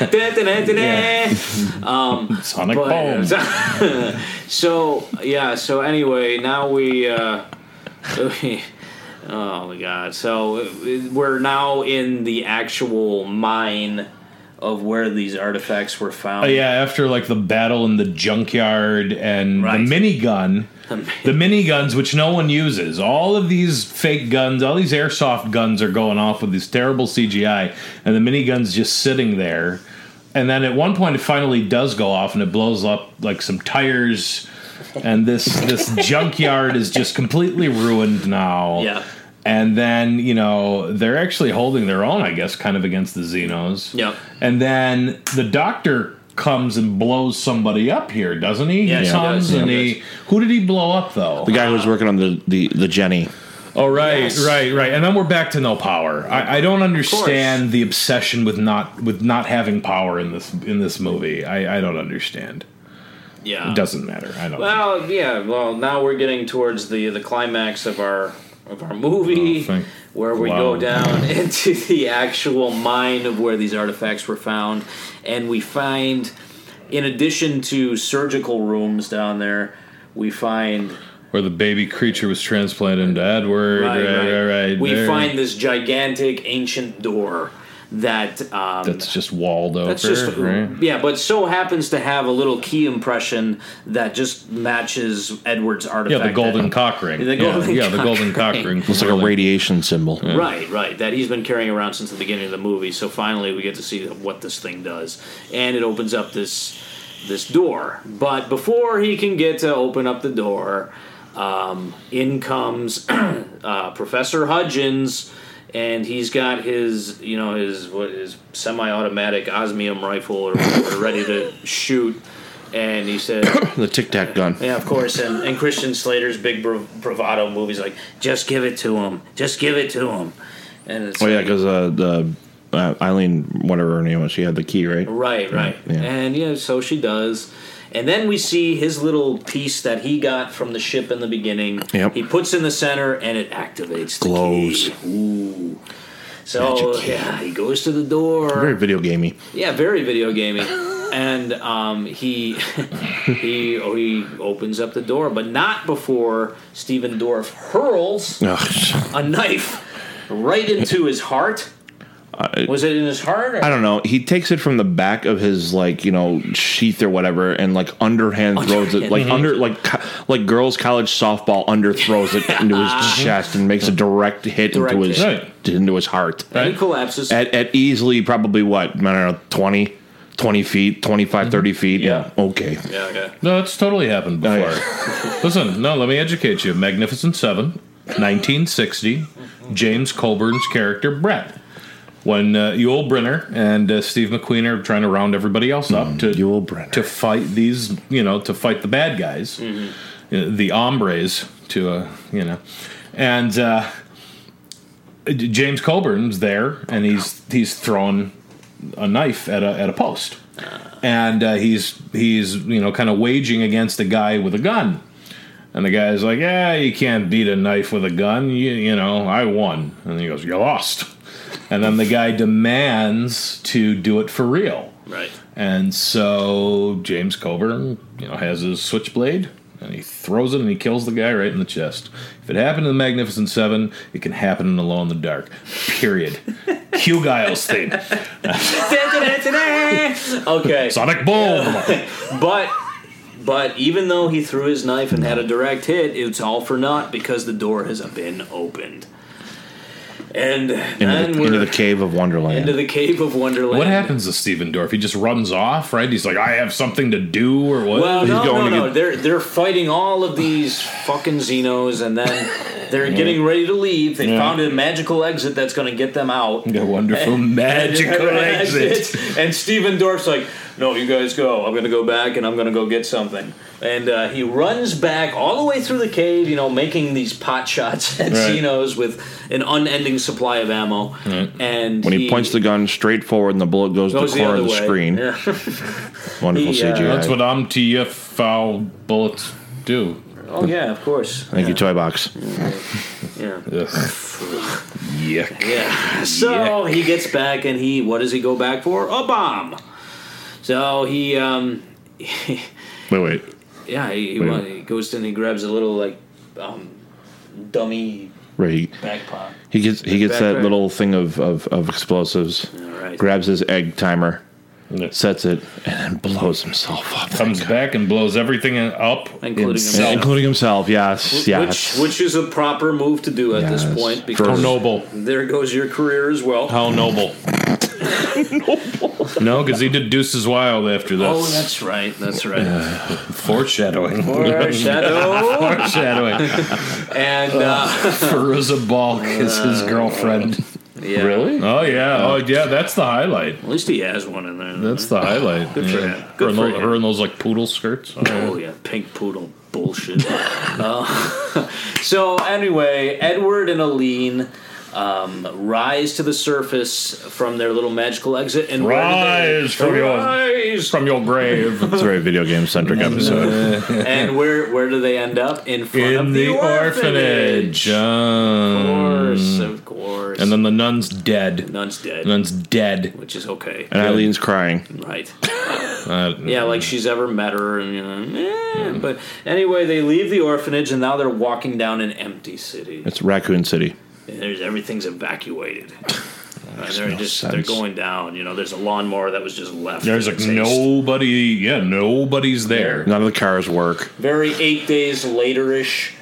<laughs> Da-da-da-da-da. um, Sonic but- uh, Boom? <laughs> so yeah. So anyway, now we. Uh, <laughs> we- oh my god! So uh, we're now in the actual mine of where these artifacts were found. Oh, yeah, after like the battle in the junkyard and the minigun, the miniguns which no one uses. All of these fake guns, all these airsoft guns are going off with this terrible CGI, and the miniguns just sitting there. And then at one point, it finally does go off, and it blows up like some tires. And this this junkyard is just completely ruined now. Yeah. And then, you know, they're actually holding their own, I guess, kind of against the Xenos. Yep. And then the doctor comes and blows somebody up here, doesn't he? Yeah, he he comes does, and yeah. he. Who did he blow up though? The guy uh, who was working on the the, the Jenny. Oh right, right, right. And then we're back to no power. I, I don't understand the obsession with not with not having power in this in this movie. I, I don't understand. Yeah. It doesn't matter. I don't. Well, yeah. Well, now we're getting towards the the climax of our of our movie, Oh, thank- where we wow. go down <laughs> into the actual mine of where these artifacts were found, and we find, in addition to surgical rooms down there, we find Where the baby creature was transplanted into Edward. Right, right, right. we there. find this gigantic ancient door that um, that's just walled over. that's just right? yeah, but so happens to have a little key impression that just matches Edward's Yeah, artifact. the golden that- cock ring. The golden yeah, yeah, the cock golden cock ring. ring. Looks like a radiation symbol. Right, right. That he's been carrying around since the beginning of the movie. So finally, we get to see what this thing does, and it opens up this this door. But before he can get to open up the door, um, in comes <clears throat> uh, Professor Hudgens, and he's got his you know his what his semi-automatic osmium rifle or whatever ready to shoot, and he says. <laughs> The tic tac gun. Yeah, of course. And, and Christian Slater's big brav- bravado movies like, just give it to him, just give it to him, and it's Oh yeah, like, because uh, the uh, Eileen, whatever her name was, she had the key, right? right, right, Yeah. and yeah, so she does. And then we see his little piece that he got from the ship in the beginning. Yep. He puts in the center, and it activates. The Glows. key. Ooh. So Magic key. yeah, he goes to the door. Very video gamey. Yeah, very video gaming. And um, he <laughs> he oh, he opens up the door, but not before Steven Dorff hurls Ugh. a knife right into his heart. Was it in his heart? Or? Uh, I don't know. He takes it from the back of his like you know sheath or whatever, and like underhand throws it like Underhand. under like co- like girls' college softball under throws it into his <laughs> chest and makes a direct hit Direct into his hit. into his heart. And he collapses. At, at easily probably what I don't know 20, 20 feet 25 30 feet yeah okay Mm-hmm. yeah, okay. No, it's totally happened Oh, before. Listen, no, let me educate you. Magnificent Seven, 1960, James Colburn's character Brett when uh, Yul Brynner and uh, Steve McQueen are trying to round everybody else up to Yul Brynner. to fight these, you know, to fight the bad guys, uh, the hombres, to uh, you know, and uh, J- James Colburn's there, and he's he's throwing a knife at a at a post, and uh, he's he's you know kind of waging against a guy with a gun. And the guy's like, "Yeah, you can't beat a knife with a gun. You, you know, I won." And he goes, "You lost." And then the guy demands to do it for real. Right. And so James Coburn, you know, has his switchblade and he throws it and he kills the guy right in the chest. If it happened in the Magnificent Seven, it can happen in Alone in the Dark. <laughs> Period. Hugh Giles theme. okay. Sonic boom. but but even though he threw his knife and had a direct hit, it's all for naught because the door has been opened. And then Into the, we're into the cave of Wonderland. into the cave of Wonderland. What happens to Steven Dorff? He just runs off, right? He's like, I have something to do, or what? Well, He's no, no, to no. get- They're they're fighting all of these fucking Xenos, and then they're getting ready to leave. They Yeah. found a magical exit that's going to get them out. <laughs> <laughs> The wonderful magical exit. And Steven Dorff's like, "No, you guys go. I'm going to go back, and I'm going to go get something." And uh, he runs back all the way through the cave, you know, making these pot shots <laughs> at Right. Xenos with an unending supply of ammo. And when he, points the gun straight forward and the bullet goes, goes to the corner other of the way. screen. Yeah. <laughs> Wonderful He, uh, CGI. That's what MTF foul bullets do. oh yeah, of course. Thank you, Toy Box. Yeah. <laughs> Yuck. <laughs> Yeah. So he gets back, and he what does he go back for? A bomb. So he, um, Wait, wait. yeah, he, he, Wait. wa- he goes and he grabs a little like um, dummy Right. He, backpack. he gets he gets Back that right. little thing of, of, of explosives. right. Grabs his egg timer, sets it, and then blows himself up. Comes back and blows everything up, Including Yeah, himself. including himself. Yes, Wh- yes. Which which is a proper move to do at Yes. this point because How noble. there goes your career as well. How noble. <laughs> No, because he deduces wild after this. Oh, that's right. That's right. <laughs> Foreshadowing. Foreshadow. <laughs> Foreshadowing. and <laughs> uh, Feruza Balk is his girlfriend. yeah. Oh yeah. Oh yeah. That's the highlight. At least he has one in there. That's the highlight. Good for yeah. him. Good her, and for those, him. her and those like <laughs> poodle skirts. Oh yeah, pink poodle bullshit. Uh, <laughs> so anyway, Edward and Aline um, rise to the surface from their little magical exit and where do they- Rise from your Rise! from your <laughs> grave. It's a very video game <laughs> centric episode. and where where do they end up in front of the, orphanage? Of course, Um, of course. and then the nun's dead. nun's dead, Nun's dead. which is okay, and Eileen's crying. right? Uh, Yeah, like she's ever met her, and you know, eh. but anyway, they leave the orphanage, and now they're walking down an empty city. It's Raccoon City. and there's everything's evacuated. Uh, they're no just sense. they're going down. You know, there's a lawnmower that was just left. There's for like taste. nobody. Yeah, nobody's there. None of the cars work. very eight days later-ish,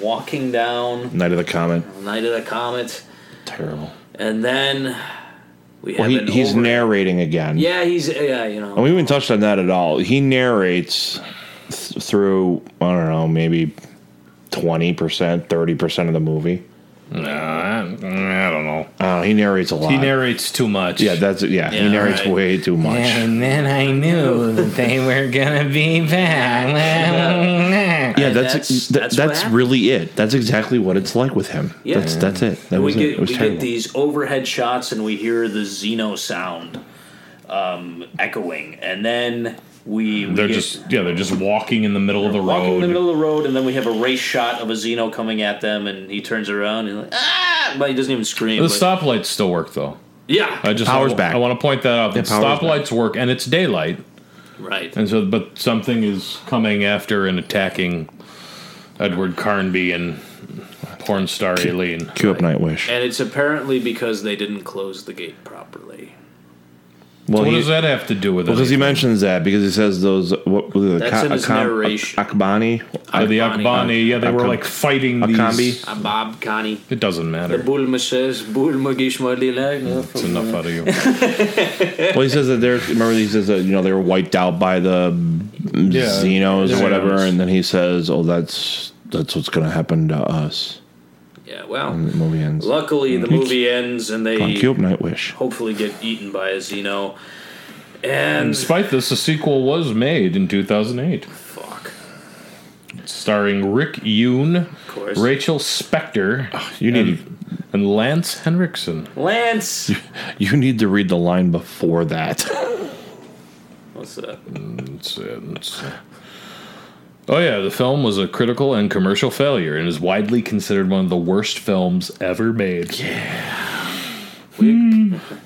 walking down Night of the Comet. night of the comet, Terrible. and then we have Well, he, an he's over- narrating again. yeah he's uh, yeah you know And we haven't touched on that at all. He narrates th- through, I don't know, maybe 20%, 30% of the movie. Nah, I, I don't know. Uh, he narrates a lot. He narrates too much. yeah, that's it. Yeah, Yeah, he narrates right. way too much. And then I knew that they were gonna be back. Yeah, And that's that's- that's, that's that's, what happened. really it. That's exactly what it's like with him. Yeah. That's that's it. That we was it. get It was we terrible. get these overhead shots and we hear the xeno sound um, echoing, and then we, we <laughs> They're get- just yeah, they're just walking in the middle of the walking in road. the middle of the road, and then we have a race shot of a Zeno coming at them, and he turns around and like ah, but he doesn't even scream. the but- stoplights still work though. Yeah, I just Power's I, back. I want to point that out. The power's back. stoplights work and it's daylight, right. and so but something is coming after and attacking Edward Carnby and <laughs> porn star Aileen. Cue up Nightwish. And it's apparently because they didn't close the gate properly. Well, what he, does that have to do with because he it? mentions that because he says those what were they, the That's in his narration. Akbani. Uh, the Akbani. Akbani, yeah, they were Akam- like fighting <laughs> Akambi? these. I'm Bob Connie. It doesn't matter. The Bulma says, Bulma Gishma It's Lila. enough out of you. well, he says that they're remember he says that you know they were wiped out by the Yeah, Xenos Xenos. or whatever, and then he says, "Oh, that's that's what's going to happen to us." Yeah, well, And the movie ends. Luckily, the Mm. movie ends, and they Fuck you up, Nightwish. hopefully get eaten by a Xeno. And Mm. And despite this, a sequel was made in 2008. Fuck. Starring Rick Yoon, course. Rachel Spector, you need and, and Lance Henriksen. <laughs> Lance, You need to read the line before that. <laughs> what's up? That's it. That's it. uh, Oh yeah, the film was a critical and commercial failure and is widely considered one of the worst films ever made. Yeah.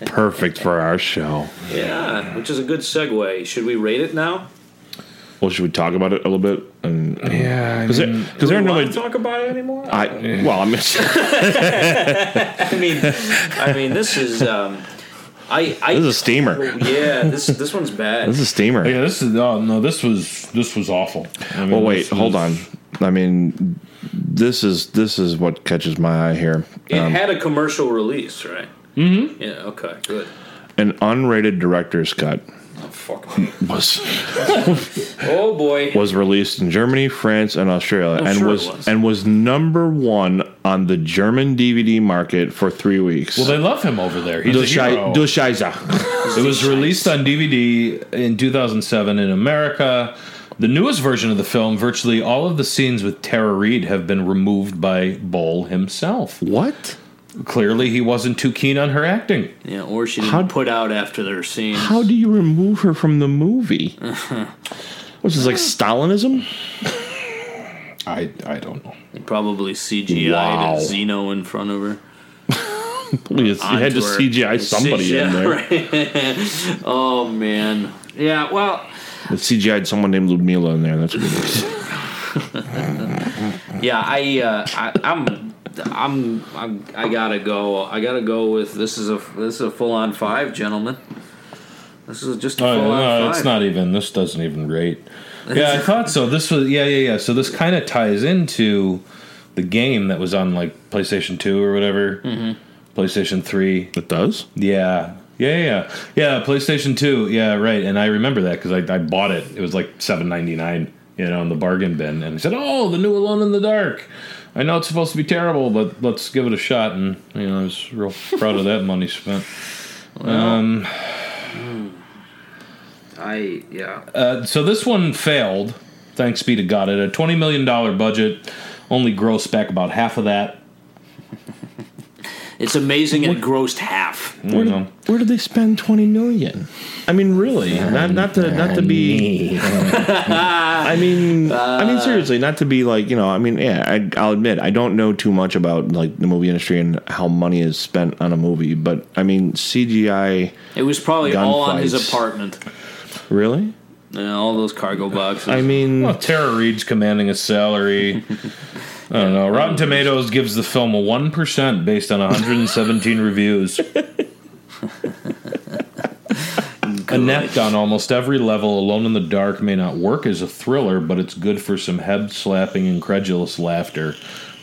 Perfect for our show. Yeah, which is a good segue. Should we rate it now? Well, should we talk about it a little bit? And yeah, because there, 'cause there are no. to talk about it anymore? <laughs> I well, I mean, I mean, I mean, this is um, I, I This is a steamer. Yeah, this this one's bad. this is steamer. Yeah, this is oh no, this was this was awful. I mean, well, wait, this hold was- on. I mean, this is this is what catches my eye here. It Um, had a commercial release, right? Mm-hmm. Yeah. Okay. Good. an unrated director's cut Oh, fuck. was oh boy. was released in Germany, France, and Australia, Oh, I'm and sure it was, was. and was number one on the German DVD market for three weeks. Well, they love him over there. He's Du a Schei- hero. Du Scheiße. It was released on DVD in 2007 in America. The newest version of the film, virtually all of the scenes with Tara Reid have been removed by Bowl himself. What? Clearly, he wasn't too keen on her acting. Yeah, or she didn't put out after their scene. How do you remove her from the movie? Which is like Stalinism? I I don't know. Probably CGI Wow. would Xeno in front of her. You had Onto to her. <laughs> CGI somebody in there. there. <laughs> oh man. Yeah. Well. The CGI had someone named Ludmila in there. That's what it is. Yeah. I. Uh, I I'm. I'm, I'm. I gotta go. I gotta go with this is a this is a full on five, gentlemen. This is just a Oh, full yeah, on no, five. <laughs> it's not even. This doesn't even rate. Yeah, I thought so. This was yeah, yeah, yeah. So this kind of ties into the game that was on like PlayStation Two or whatever, PlayStation Three. It does. Yeah. Yeah, yeah, yeah, Yeah, PlayStation Two. Yeah, right. And I remember that because I, I bought it. It was like seven ninety nine, you know, in the bargain bin. And I said, "Oh, the new Alone in the Dark." I know it's supposed to be terrible, but let's give it a shot. And you know, I was real proud of that <laughs> money spent. um, I. Yeah. Uh, so this one failed. Thanks be to God. At a twenty million dollar budget, only grossed back about half of that. It's amazing it grossed half. Where, did, where did they spend twenty million? I mean, really, not not to not to be. <laughs> I mean, I mean seriously, not to be like you know. I mean, yeah, I, I'll admit I don't know too much about like the movie industry and how money is spent on a movie, but I mean CGI. It was probably all on his Gunfights. apartment. Really? And all those cargo boxes. I mean, Well, Tara Reid's commanding a salary. <laughs> I don't know. Rotten Tomatoes gives the film a one percent based on 117 <laughs> reviews. Inept on almost every level, Alone in the Dark may not work as a thriller, but it's good for some head slapping, incredulous laughter.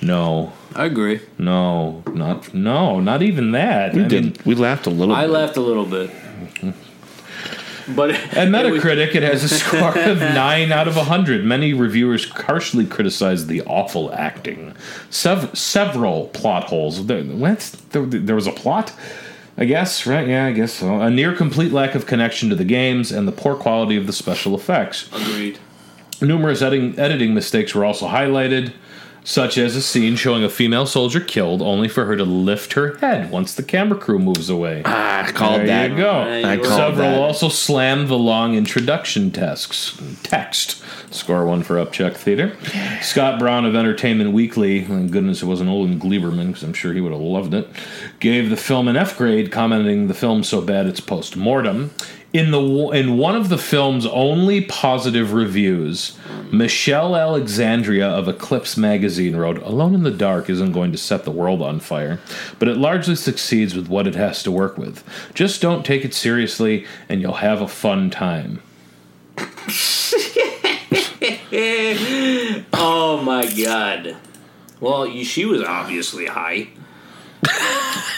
No, I agree. no, not no, not even that. we I did. mean, we laughed a little. I bit. laughed a little bit. But Mm-hmm. At Metacritic, it has a score of 9 out of 100. Many reviewers harshly criticized the awful acting. Sev- several plot holes. There, what? There, there was a plot? I guess, right? Yeah, I guess so. A near complete lack of connection to the games and the poor quality of the special effects. agreed. Numerous editing, editing mistakes were also highlighted, such as a scene showing a female soldier killed only for her to lift her head once the camera crew moves away. I Ah, called There that. you go. Yeah, you I were- called Several that. also slammed the long introduction text. Text. Score one for Upchuck Theater. Scott Brown of Entertainment Weekly, thank goodness it wasn't Olin Gleiberman, because I'm sure he would have loved it, gave the film an F grade, commenting the film so bad it's post mortem. In, the, wo- in one of the film's only positive reviews, Michelle Alexandria of Eclipse magazine wrote Alone in the Dark isn't going to set the world on fire, but it largely succeeds with what it has to work with. Just don't take it seriously, and you'll have a fun time. Oh my god. Well, you, she was obviously high.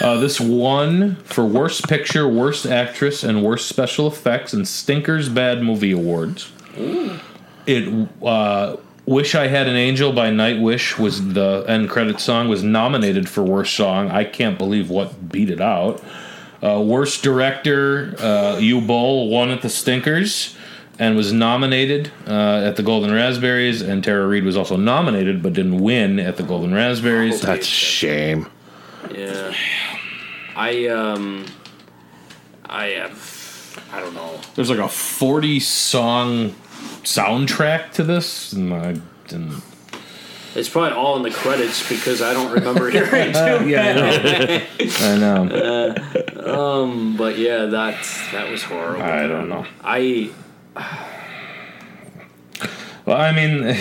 Uh, this won for Worst Picture, Worst Actress, and Worst Special Effects and Stinker's Bad Movie Awards. It uh, "Wish I Had an Angel" by Nightwish was the end credit song. Was nominated for worst song. I can't believe what beat it out. Uh, worst director, uh, U Bowl won at the Stinkers and was nominated uh, at the Golden Raspberries. And Tara Reid was also nominated but didn't win at the Golden Raspberries. That's a shame. Yeah. I um I have I don't know. There's like a 40 song soundtrack to this, and I didn't. It's probably all in the credits because I don't remember hearing too Uh, yeah, I know. I know. Uh, um, but yeah, that that was horrible. I don't know. I Well, I mean,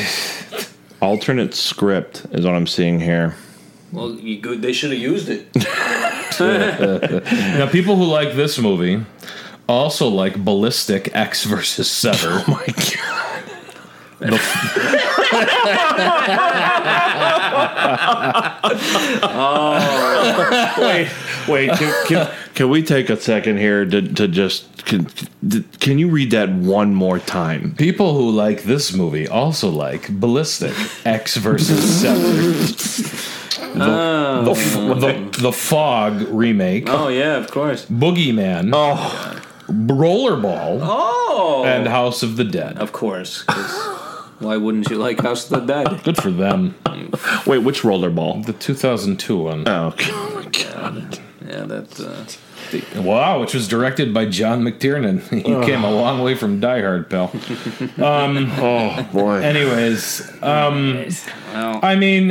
<laughs> alternate script is what I'm seeing here. well, you good. They should have used it. now, people who like this movie also like Ballistic X versus Sever. <laughs> Oh my god. oh, wait, wait. Can, can, <laughs> can we take a second here to, to just can, can you read that one more time? People who like this movie also like Ballistic X versus <laughs> Sever. The, Oh. the, f- the, the Fog remake. Oh yeah, of course. Boogeyman. Oh. Rollerball. Oh. And House of the Dead. Of course. 'cause Why wouldn't you like House of the Dead? Good for them. Wait, which rollerball? The 2002 one. Oh, my god. Yeah, that's. Uh, Wow, which was directed by John McTiernan. <laughs> You Ugh. came a long way from Die Hard, pal. Um, oh <laughs> boy. Anyways, um, I mean,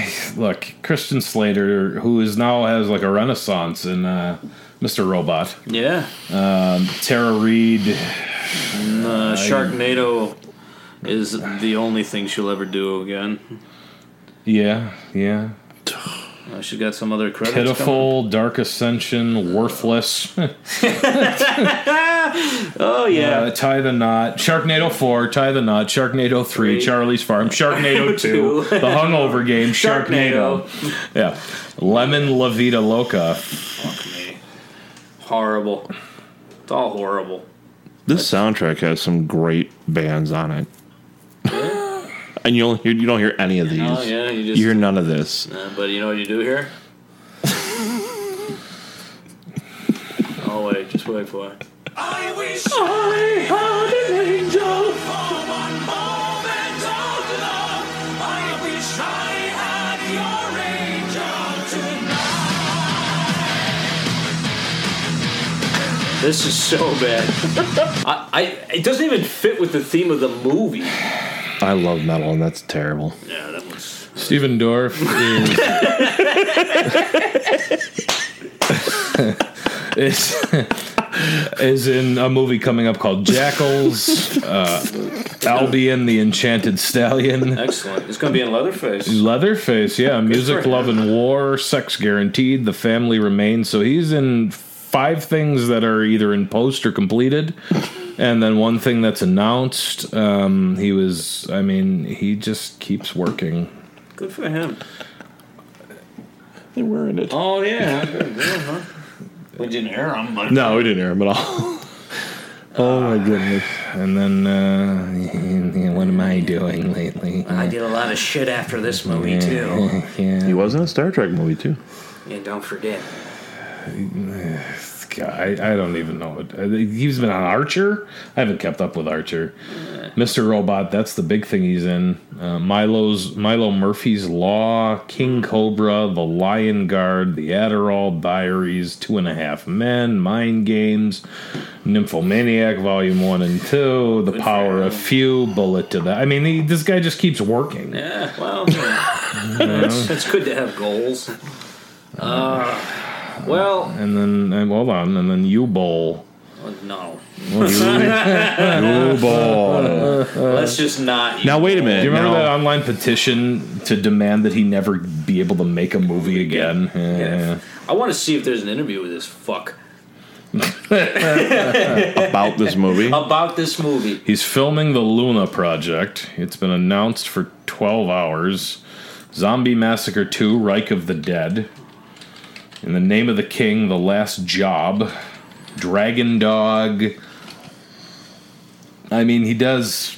<sighs> look, Christian Slater, who is now has like a renaissance in uh, Mr. Robot. yeah. Um, Tara Reid. Uh, Sharknado is the only thing she'll ever do again. Yeah, yeah. Uh, she's got some other credits. Pitiful, Dark Ascension, Worthless. <laughs> oh yeah. Uh, tie the knot. Sharknado four. Tie the knot. Sharknado three. Charlie's <laughs> Farm. Sharknado two. the Hungover <laughs> Game. Sharknado. yeah. Lemon La Vida Loca. Horrible. It's all horrible. This soundtrack has some great bands on it. and you don't hear, you don't hear any of these. Oh, yeah, you just- hear none of this. Uh, but you know what you do here? oh wait, just wait for it. I wish I had an angel. This is so bad. I, I it doesn't even fit with the theme of the movie. I love metal, and that's terrible. Yeah, that was. Steven Dorff is. is, is in a movie coming up called Jackals, uh, Albion the Enchanted Stallion. Excellent. It's gonna be in Leatherface. Leatherface, yeah. Music, for Love, and War, Sex Guaranteed, The Family Remains. So he's in five things that are either in post or completed, and then one thing that's announced. Um, he was, I mean, he just keeps working. Good for him. They were in it. Oh yeah. Good deal, huh? We didn't air him, but No, we didn't hear him at all. <laughs> oh my goodness. And then, uh, what am I doing lately? I did a lot of shit after this movie too. Yeah. He was in a Star Trek movie too. And don't forget. God, I, I don't even know what uh, he's been on Archer. I haven't kept up with Archer. Mr. Robot, that's the big thing he's in. Uh, Milo's Milo Murphy's Law, King Cobra, The Lion Guard, The Adderall Diaries, Two and a Half Men, Mind Games, Nymphomaniac Volume One and Two, The Power of Few, Bullet to the. I mean, he, this guy just keeps working. Yeah, <laughs> well, yeah. it's, it's good to have goals. Uh, well, And then and hold on, and then U Bowl. no. U Bowl. Let's just not. Now wait a minute. Do you remember Now- that online petition to demand that he never be able to make a movie again? Yeah. I want to see if there's an interview with this fuck about this movie? about this movie. He's filming the Luna Project. It's been announced for 12 hours. Zombie Massacre 2, Reich of the Dead. In the Name of the King, The Last Job. Dragon Dog. I mean, he does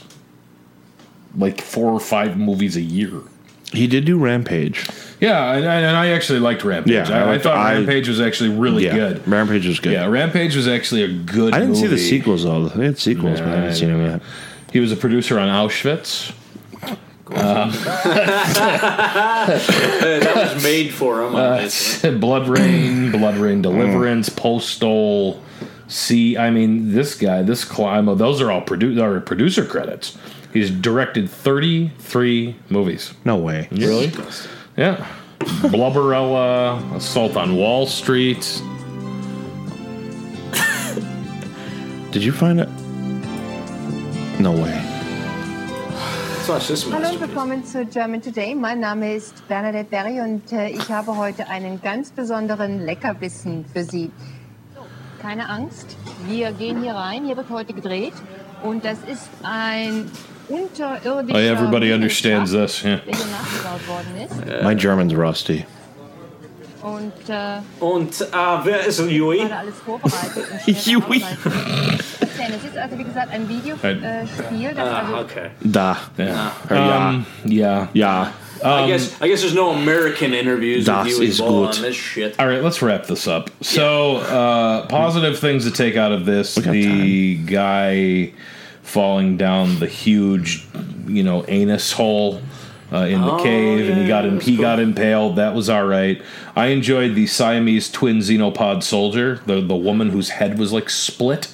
like four or five movies a year. <laughs> He did do Rampage. Yeah, and, and and I actually liked Rampage. Yeah, I I, I, liked- thought I- Rampage was actually really yeah, good. Rampage was good. Yeah, Rampage was actually a good. I didn't see the movie. sequels though. They had sequels, but I haven't seen them yet. He was a producer on Auschwitz. Uh, that was made for him. uh, <laughs> Blood Rain, Blood Rain Deliverance, Mm. Postal. See, I mean, this guy, this climb, those are all produ- are producer credits. He's directed 33 movies. No way. Really? Yeah. Blubberella, Assault on Wall Street. Did you find it? No way. Let's watch this one. Hallo und willkommen zu German Today. Mein Name ist Bernadette Berry und äh, ich habe heute einen ganz besonderen Leckerbissen für Sie. So, keine Angst, wir gehen hier rein. Hier wird heute gedreht und das ist ein unterirdischer. Oh, yeah, everybody understands this. Yeah. der hier nachgebaut worden ist. My German's rusty. Und äh, Und äh, wer ist ein Yui? gerade alles vorbereitet. und schnell Yui. Denn es ist also wie gesagt ein Videospiel, Ein- äh, Spiel, das Ah, also okay. Da. Yeah. Or Um, yeah. Yeah. I guess I guess there's no American interviews Um, Das with Yui ist Ball gut. on this shit. All right, let's wrap this up. So, uh, positive things to take out of this: the guy falling down the huge, you know, anus hole uh, in the Oh, cave, and he yeah, got yeah, him. that's He cool. got impaled. That was all right. I enjoyed the Siamese twin xenopod soldier, the the woman whose head was like split.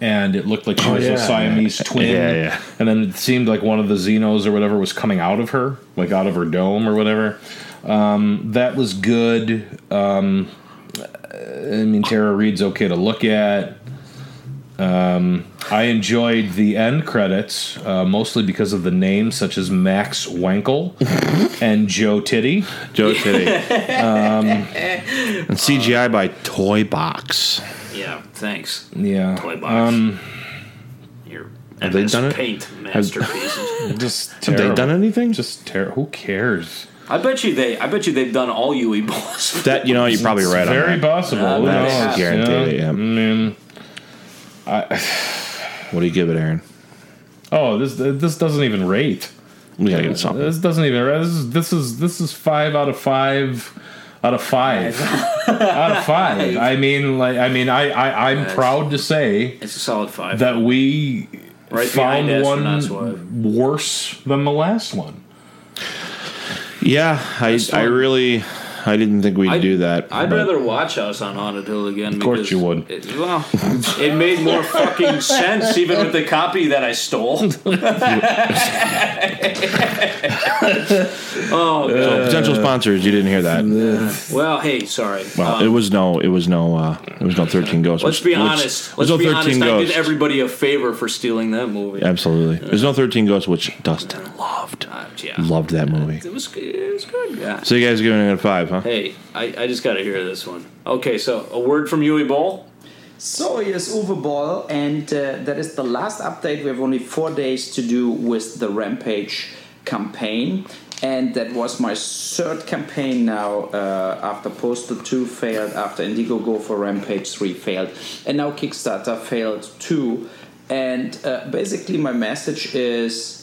And it looked like she Oh, was yeah. a Siamese twin. Yeah, yeah. And then it seemed like one of the Xenos or whatever was coming out of her, like out of her dome or whatever. Um, that was good. Um, I mean, Tara Reid's okay to look at. Um, I enjoyed the end credits uh, mostly because of the names such as Max Wankel and Joe Titty. Joe Titty. um, And CGI by Toy Box. Yeah, thanks. yeah. Toy box. Um, Your Have they MS done it? Paint Have- masterpieces. just Have they terrible. done anything? Just terrible. Who cares? I bet you they. I bet you they've done all Yui balls. <laughs> That you know, you're probably It's right. on Very Mm. that. possible. Yeah, Who that's knows? guaranteed, yeah. I mean, I, What do you give it, Aaron? oh, this this doesn't even rate. We gotta get something. Uh, This doesn't even. This is this is this is five out of five. Out of five. <laughs> out of five. I mean, like, I mean, I, I I'm That's- proud to say It's a solid five. that we Right behind found Astronauts one worse than the last one. Yeah, I I really I didn't think we'd I'd- do that. I'd but- rather uh, watch House on Haunted Hill again. Of course you would. It, well, it made more fucking sense even with the copy that I stole. oh, So, God. potential sponsors, you didn't hear that. well, hey, sorry. Well, Um, it was no, it was no, uh, it was no thirteen ghosts. let's be honest. There's Let's no be honest. thirteen I did ghosts. everybody a favor for stealing that movie. Absolutely, there's no thirteen ghosts, which Dustin loved. Uh, yeah. Loved that movie. It was, good- it was good. Yeah. So you guys are giving it a five, huh? Hey, I, I just got to hear this one. Okay, so a word from Yui Bowl. So yes, Uwe Ball, and uh, that is the last update. We have only four days to do with the Rampage campaign, and that was my third campaign now. Uh, after Postal Two failed, after Indiegogo for Rampage Three failed, and now Kickstarter failed too. And uh, basically, my message is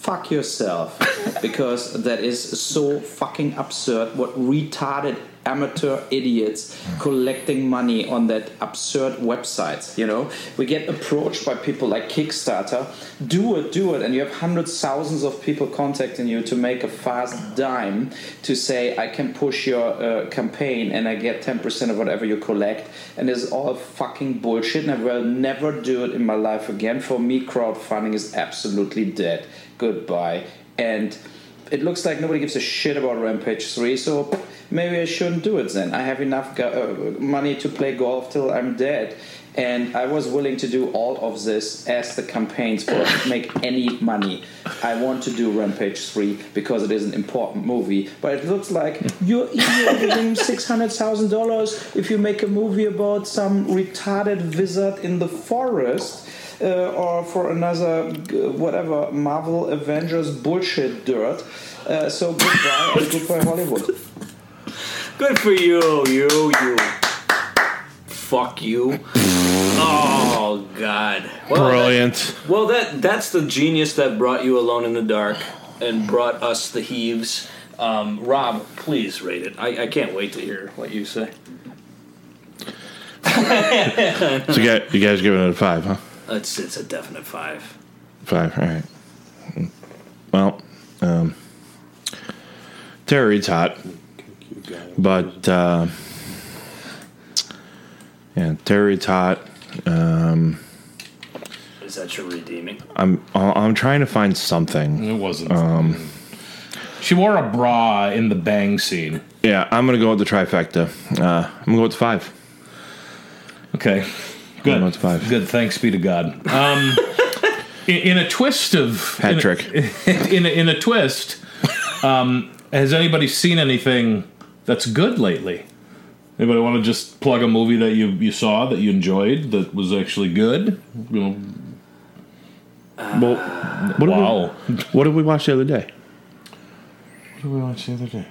fuck yourself <laughs> because that is so fucking absurd what retarded amateur idiots collecting money on that absurd website you know we get approached by people like kickstarter do it do it and you have hundreds thousands of people contacting you to make a fast dime to say i can push your uh, campaign and i get 10% of whatever you collect and it's all fucking bullshit and i will never do it in my life again for me crowdfunding is absolutely dead goodbye. And it looks like nobody gives a shit about Rampage 3, so maybe I shouldn't do it then. I have enough go- uh, money to play golf till I'm dead. And I was willing to do all of this as the campaign sport, make any money. I want to do Rampage 3 because it is an important movie. But it looks like you're either giving $600,000 if you make a movie about some retarded wizard in the forest uh, or for another g- whatever Marvel Avengers bullshit dirt. Uh, so goodbye and goodbye Hollywood. Good for you, you, you. fuck you. oh God. Brilliant. that- well, that that's the genius that brought you Alone in the Dark and brought us the heaves. Um, Rob, please rate it. I, I can't wait to hear what you say. So you guys, you guys giving it a five, huh? It's it's a definite five. Five. All right. Well, um, Tara Reid's hot, but uh, yeah, Tara Reid's hot. Um, Is that your redeeming? I'm I'm trying to find something. It wasn't. Um, She wore a bra in the bang scene. yeah, I'm gonna go with the trifecta. Uh, I'm gonna go with five. Okay. Good. Good. Thanks be to God. <laughs> Um, in, in a twist of Hat in a- trick. <laughs> in a, in a twist, um, has anybody seen anything that's good lately? Anybody want to just plug a movie that you you saw that you enjoyed that was actually good? You know. Well, what wow. Did we, what did we watch the other day? What did we watch the other day?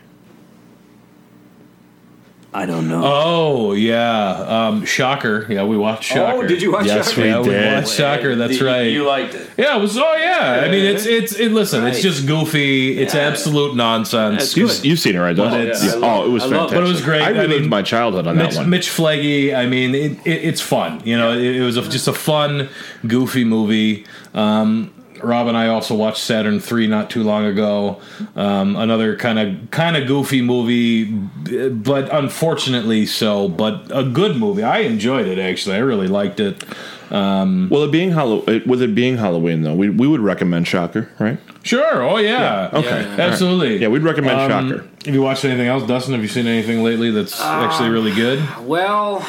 I don't know. Oh yeah, um, Shocker. Yeah, we watched Shocker. Oh, did you watch yes, Shocker? we Yeah, we did. watched Shocker. That's You- right. You liked it. Yeah, it was. Oh yeah. I mean, it's it's it. Listen, it's Right. just goofy. It's absolute nonsense. That's You've- good. you've seen it, right, Don? But it's- Yeah, I love- Oh, it was I love it. But it was great. I relived my childhood on that Mitch, one. Mitch Flaggy. I mean, it, it, it's fun. You know, it, it was a, just a fun, goofy movie. Um, Rob and I also watched Saturn Three not too long ago. Um, another kind of kind of goofy movie, b- but unfortunately so, but a good movie. I enjoyed it actually. I really liked it. Um, well, it being Halloween, with it being Halloween though, we we would recommend Shocker, right? Sure. Oh yeah. Yeah. Okay. Yeah, yeah, yeah. Absolutely. Um, All right. Yeah, we'd recommend Shocker. Have you watched anything else, Dustin? Have you seen anything lately that's actually really good? Well,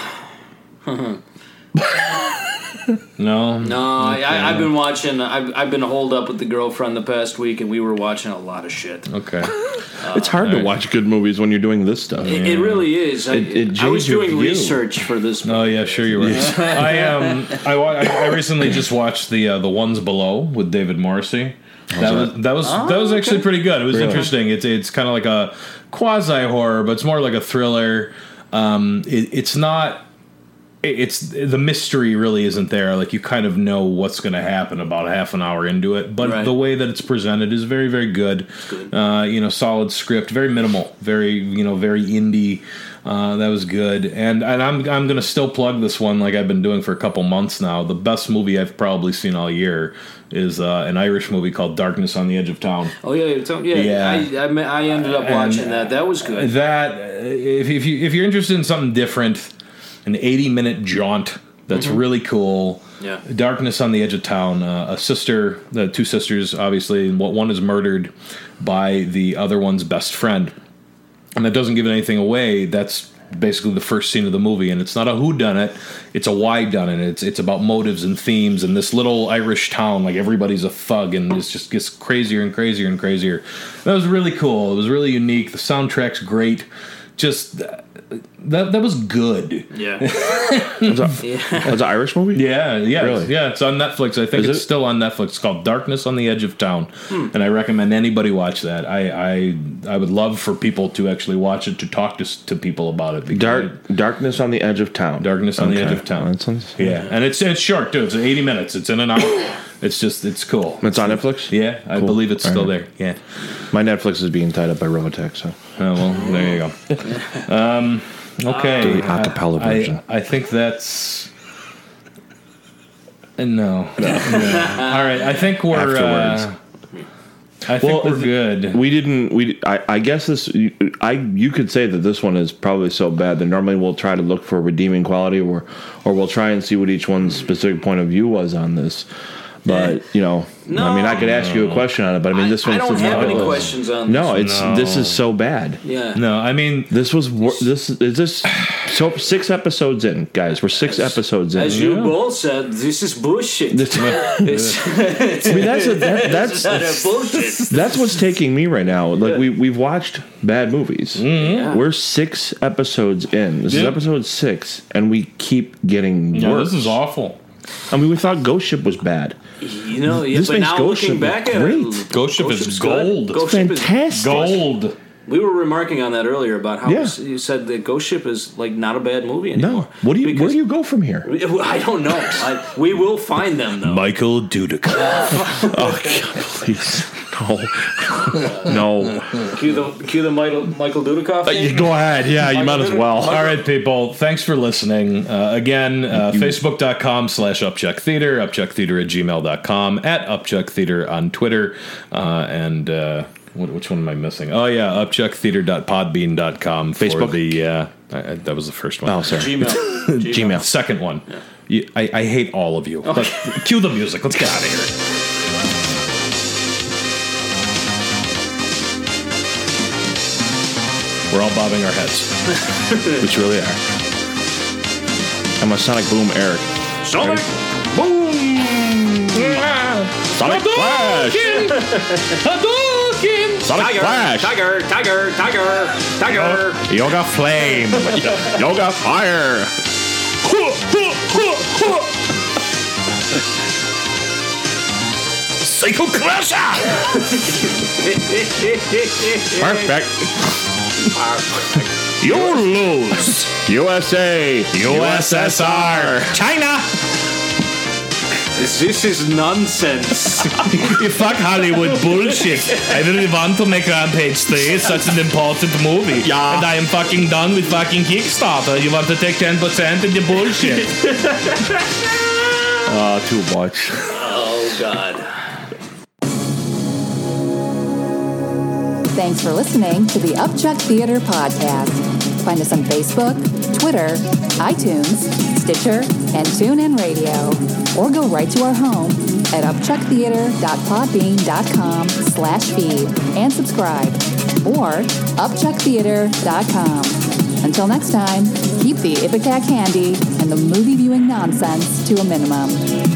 No. No, Okay. I, I've been watching. I've, I've been holed up with the girlfriend the past week, and we were watching a lot of shit. Okay. it's hard to watch good movies when you're doing this stuff. Oh, It, it really is. I, I was doing research for this. Oh yeah, sure you were. <laughs> I um, I, wa- I I recently just watched the uh, the ones below with David Morrissey. That How's was that was that was actually pretty good. It was Really? interesting. It's it's kind of like a quasi horror, but it's more like a thriller. Um, it, it's not. it- It's the mystery really isn't there. Like you kind of know what's going to happen about half an hour into it, but Right. the way that it's presented is very very good. Uh, you know, solid script, very minimal, very you know very indie. Uh, that was good, and and I'm I'm gonna still plug this one like I've been doing for a couple months now. The best movie I've probably seen all year is uh, an Irish movie called Darkness on the Edge of Town. Oh yeah, you're talking- yeah. Yeah. I, I, me- I ended up And- watching that. That was good. That uh, if if you if you're interested in something different, an 80 minute jaunt that's Mhm. really cool. Yeah. Darkness on the Edge of Town. Uh, a sister, uh, two sisters, obviously, and what one is murdered by the other one's best friend, and that doesn't give anything away. That's basically the first scene of the movie, and it's not a who done it; it's a why done it. It's it's about motives and themes, and this little Irish town, like everybody's a thug, and it just gets crazier and crazier and crazier. That was really cool. It was really unique. The soundtrack's great. Just uh, that that was good. Yeah. <laughs> That's an Irish movie. Yeah, yeah, Really? it's- yeah. It's on Netflix. I think Is it's it? still on Netflix. It's called Darkness on the Edge of Town, Hmm. and I recommend anybody watch that. I, I I would love for people to actually watch it to talk to s- to people about it. Because Dark darkness on the edge of town. Darkness on the Okay. Edge of Town. That sounds- Yeah, and it's it's short too. It's eighty minutes. It's in and <coughs> out. it's just it's cool. It's on Netflix. Yeah, I believe it's still there. Yeah, my Netflix is being tied up by Robotech. So, oh well, there you go. Um, okay, The acapella I- I- version. I, think that's. No. no. All right. I think we're. Afterwards. Uh, I think we're good. We didn't. We I, I guess this. I you could say that this one is probably so bad that normally we'll try to look for redeeming quality, or or we'll try and see what each one's specific point of view was on this. But you know, I mean, I could ask you a No. question on it, but I mean, this I one's don't just have not any one of those. questions on No, this it's one. this is so bad. Yeah. No, I mean, this was wor- this is this so six episodes in, guys. We're six episodes in. As you both said, this is bullshit. This- <laughs> It's- I mean, that's a- that- This is that's- utter uh, <laughs> bullshit. That's what's taking me right now. Like we we've watched bad movies. Yeah. We're six episodes in. This is Yeah. episode six, and we keep getting No, worse. this is awful. I mean, we thought Ghost Ship was bad. You know, yeah, This but makes now Ghost looking Ship back at great. it, Ghost Ship Ghost is Ship's good. gold. Ghost Fantastic. Gold. We were remarking on that earlier about how you said that Ghost Ship is like not a bad movie anymore. No. What do you? where do you go from here? <laughs> I don't know. I, we will find them though. Michael Dudikoff. oh God, please <laughs> no, no. Cue the cue the Michael Michael Dudikoff. Uh, thing. you- <laughs> go ahead. Yeah, you might as well. All right, people. Thanks for listening. Uh, again, uh, facebook.com slash upchuck theater, upchuck theater at gmail.com, at upchuck theater on Twitter. Uh, and uh, what, which one am I missing? Oh, yeah, upchucktheater.podbean.com. Facebook? The, uh, I, I- that was the first one. Oh, sorry. Gmail. <laughs> Gmail. Second one. You- I, I hate all of you. But cue the music. Let's get out of here. We're all bobbing our heads, which really are. I'm a Sonic Boom, Eric. Sonic Boom. Sonic Flash. Hadouken! Sonic tiger, Flash. Uh, Tiger, tiger, tiger, tiger. Yoga Flame. Yoga Fire. Psycho Crusher! Perfect. You lose. USA. USSR. China. This is <laughs> nonsense. you fuck Hollywood bullshit. I really want to make Rampage 3. It's such an important movie. Yeah. And I am fucking done with fucking Kickstarter. You want to take 10% and the bullshit. Ah, too much. <laughs> Oh God. Thanks for listening to the Upchuck Theater Podcast. Find us on Facebook, Twitter, iTunes, Stitcher, and TuneIn Radio. Or go right to our home at upchucktheater.podbean.com slash feed and subscribe. Or upchucktheater.com. Until next time, keep the Ipecac handy and the movie viewing nonsense to a minimum.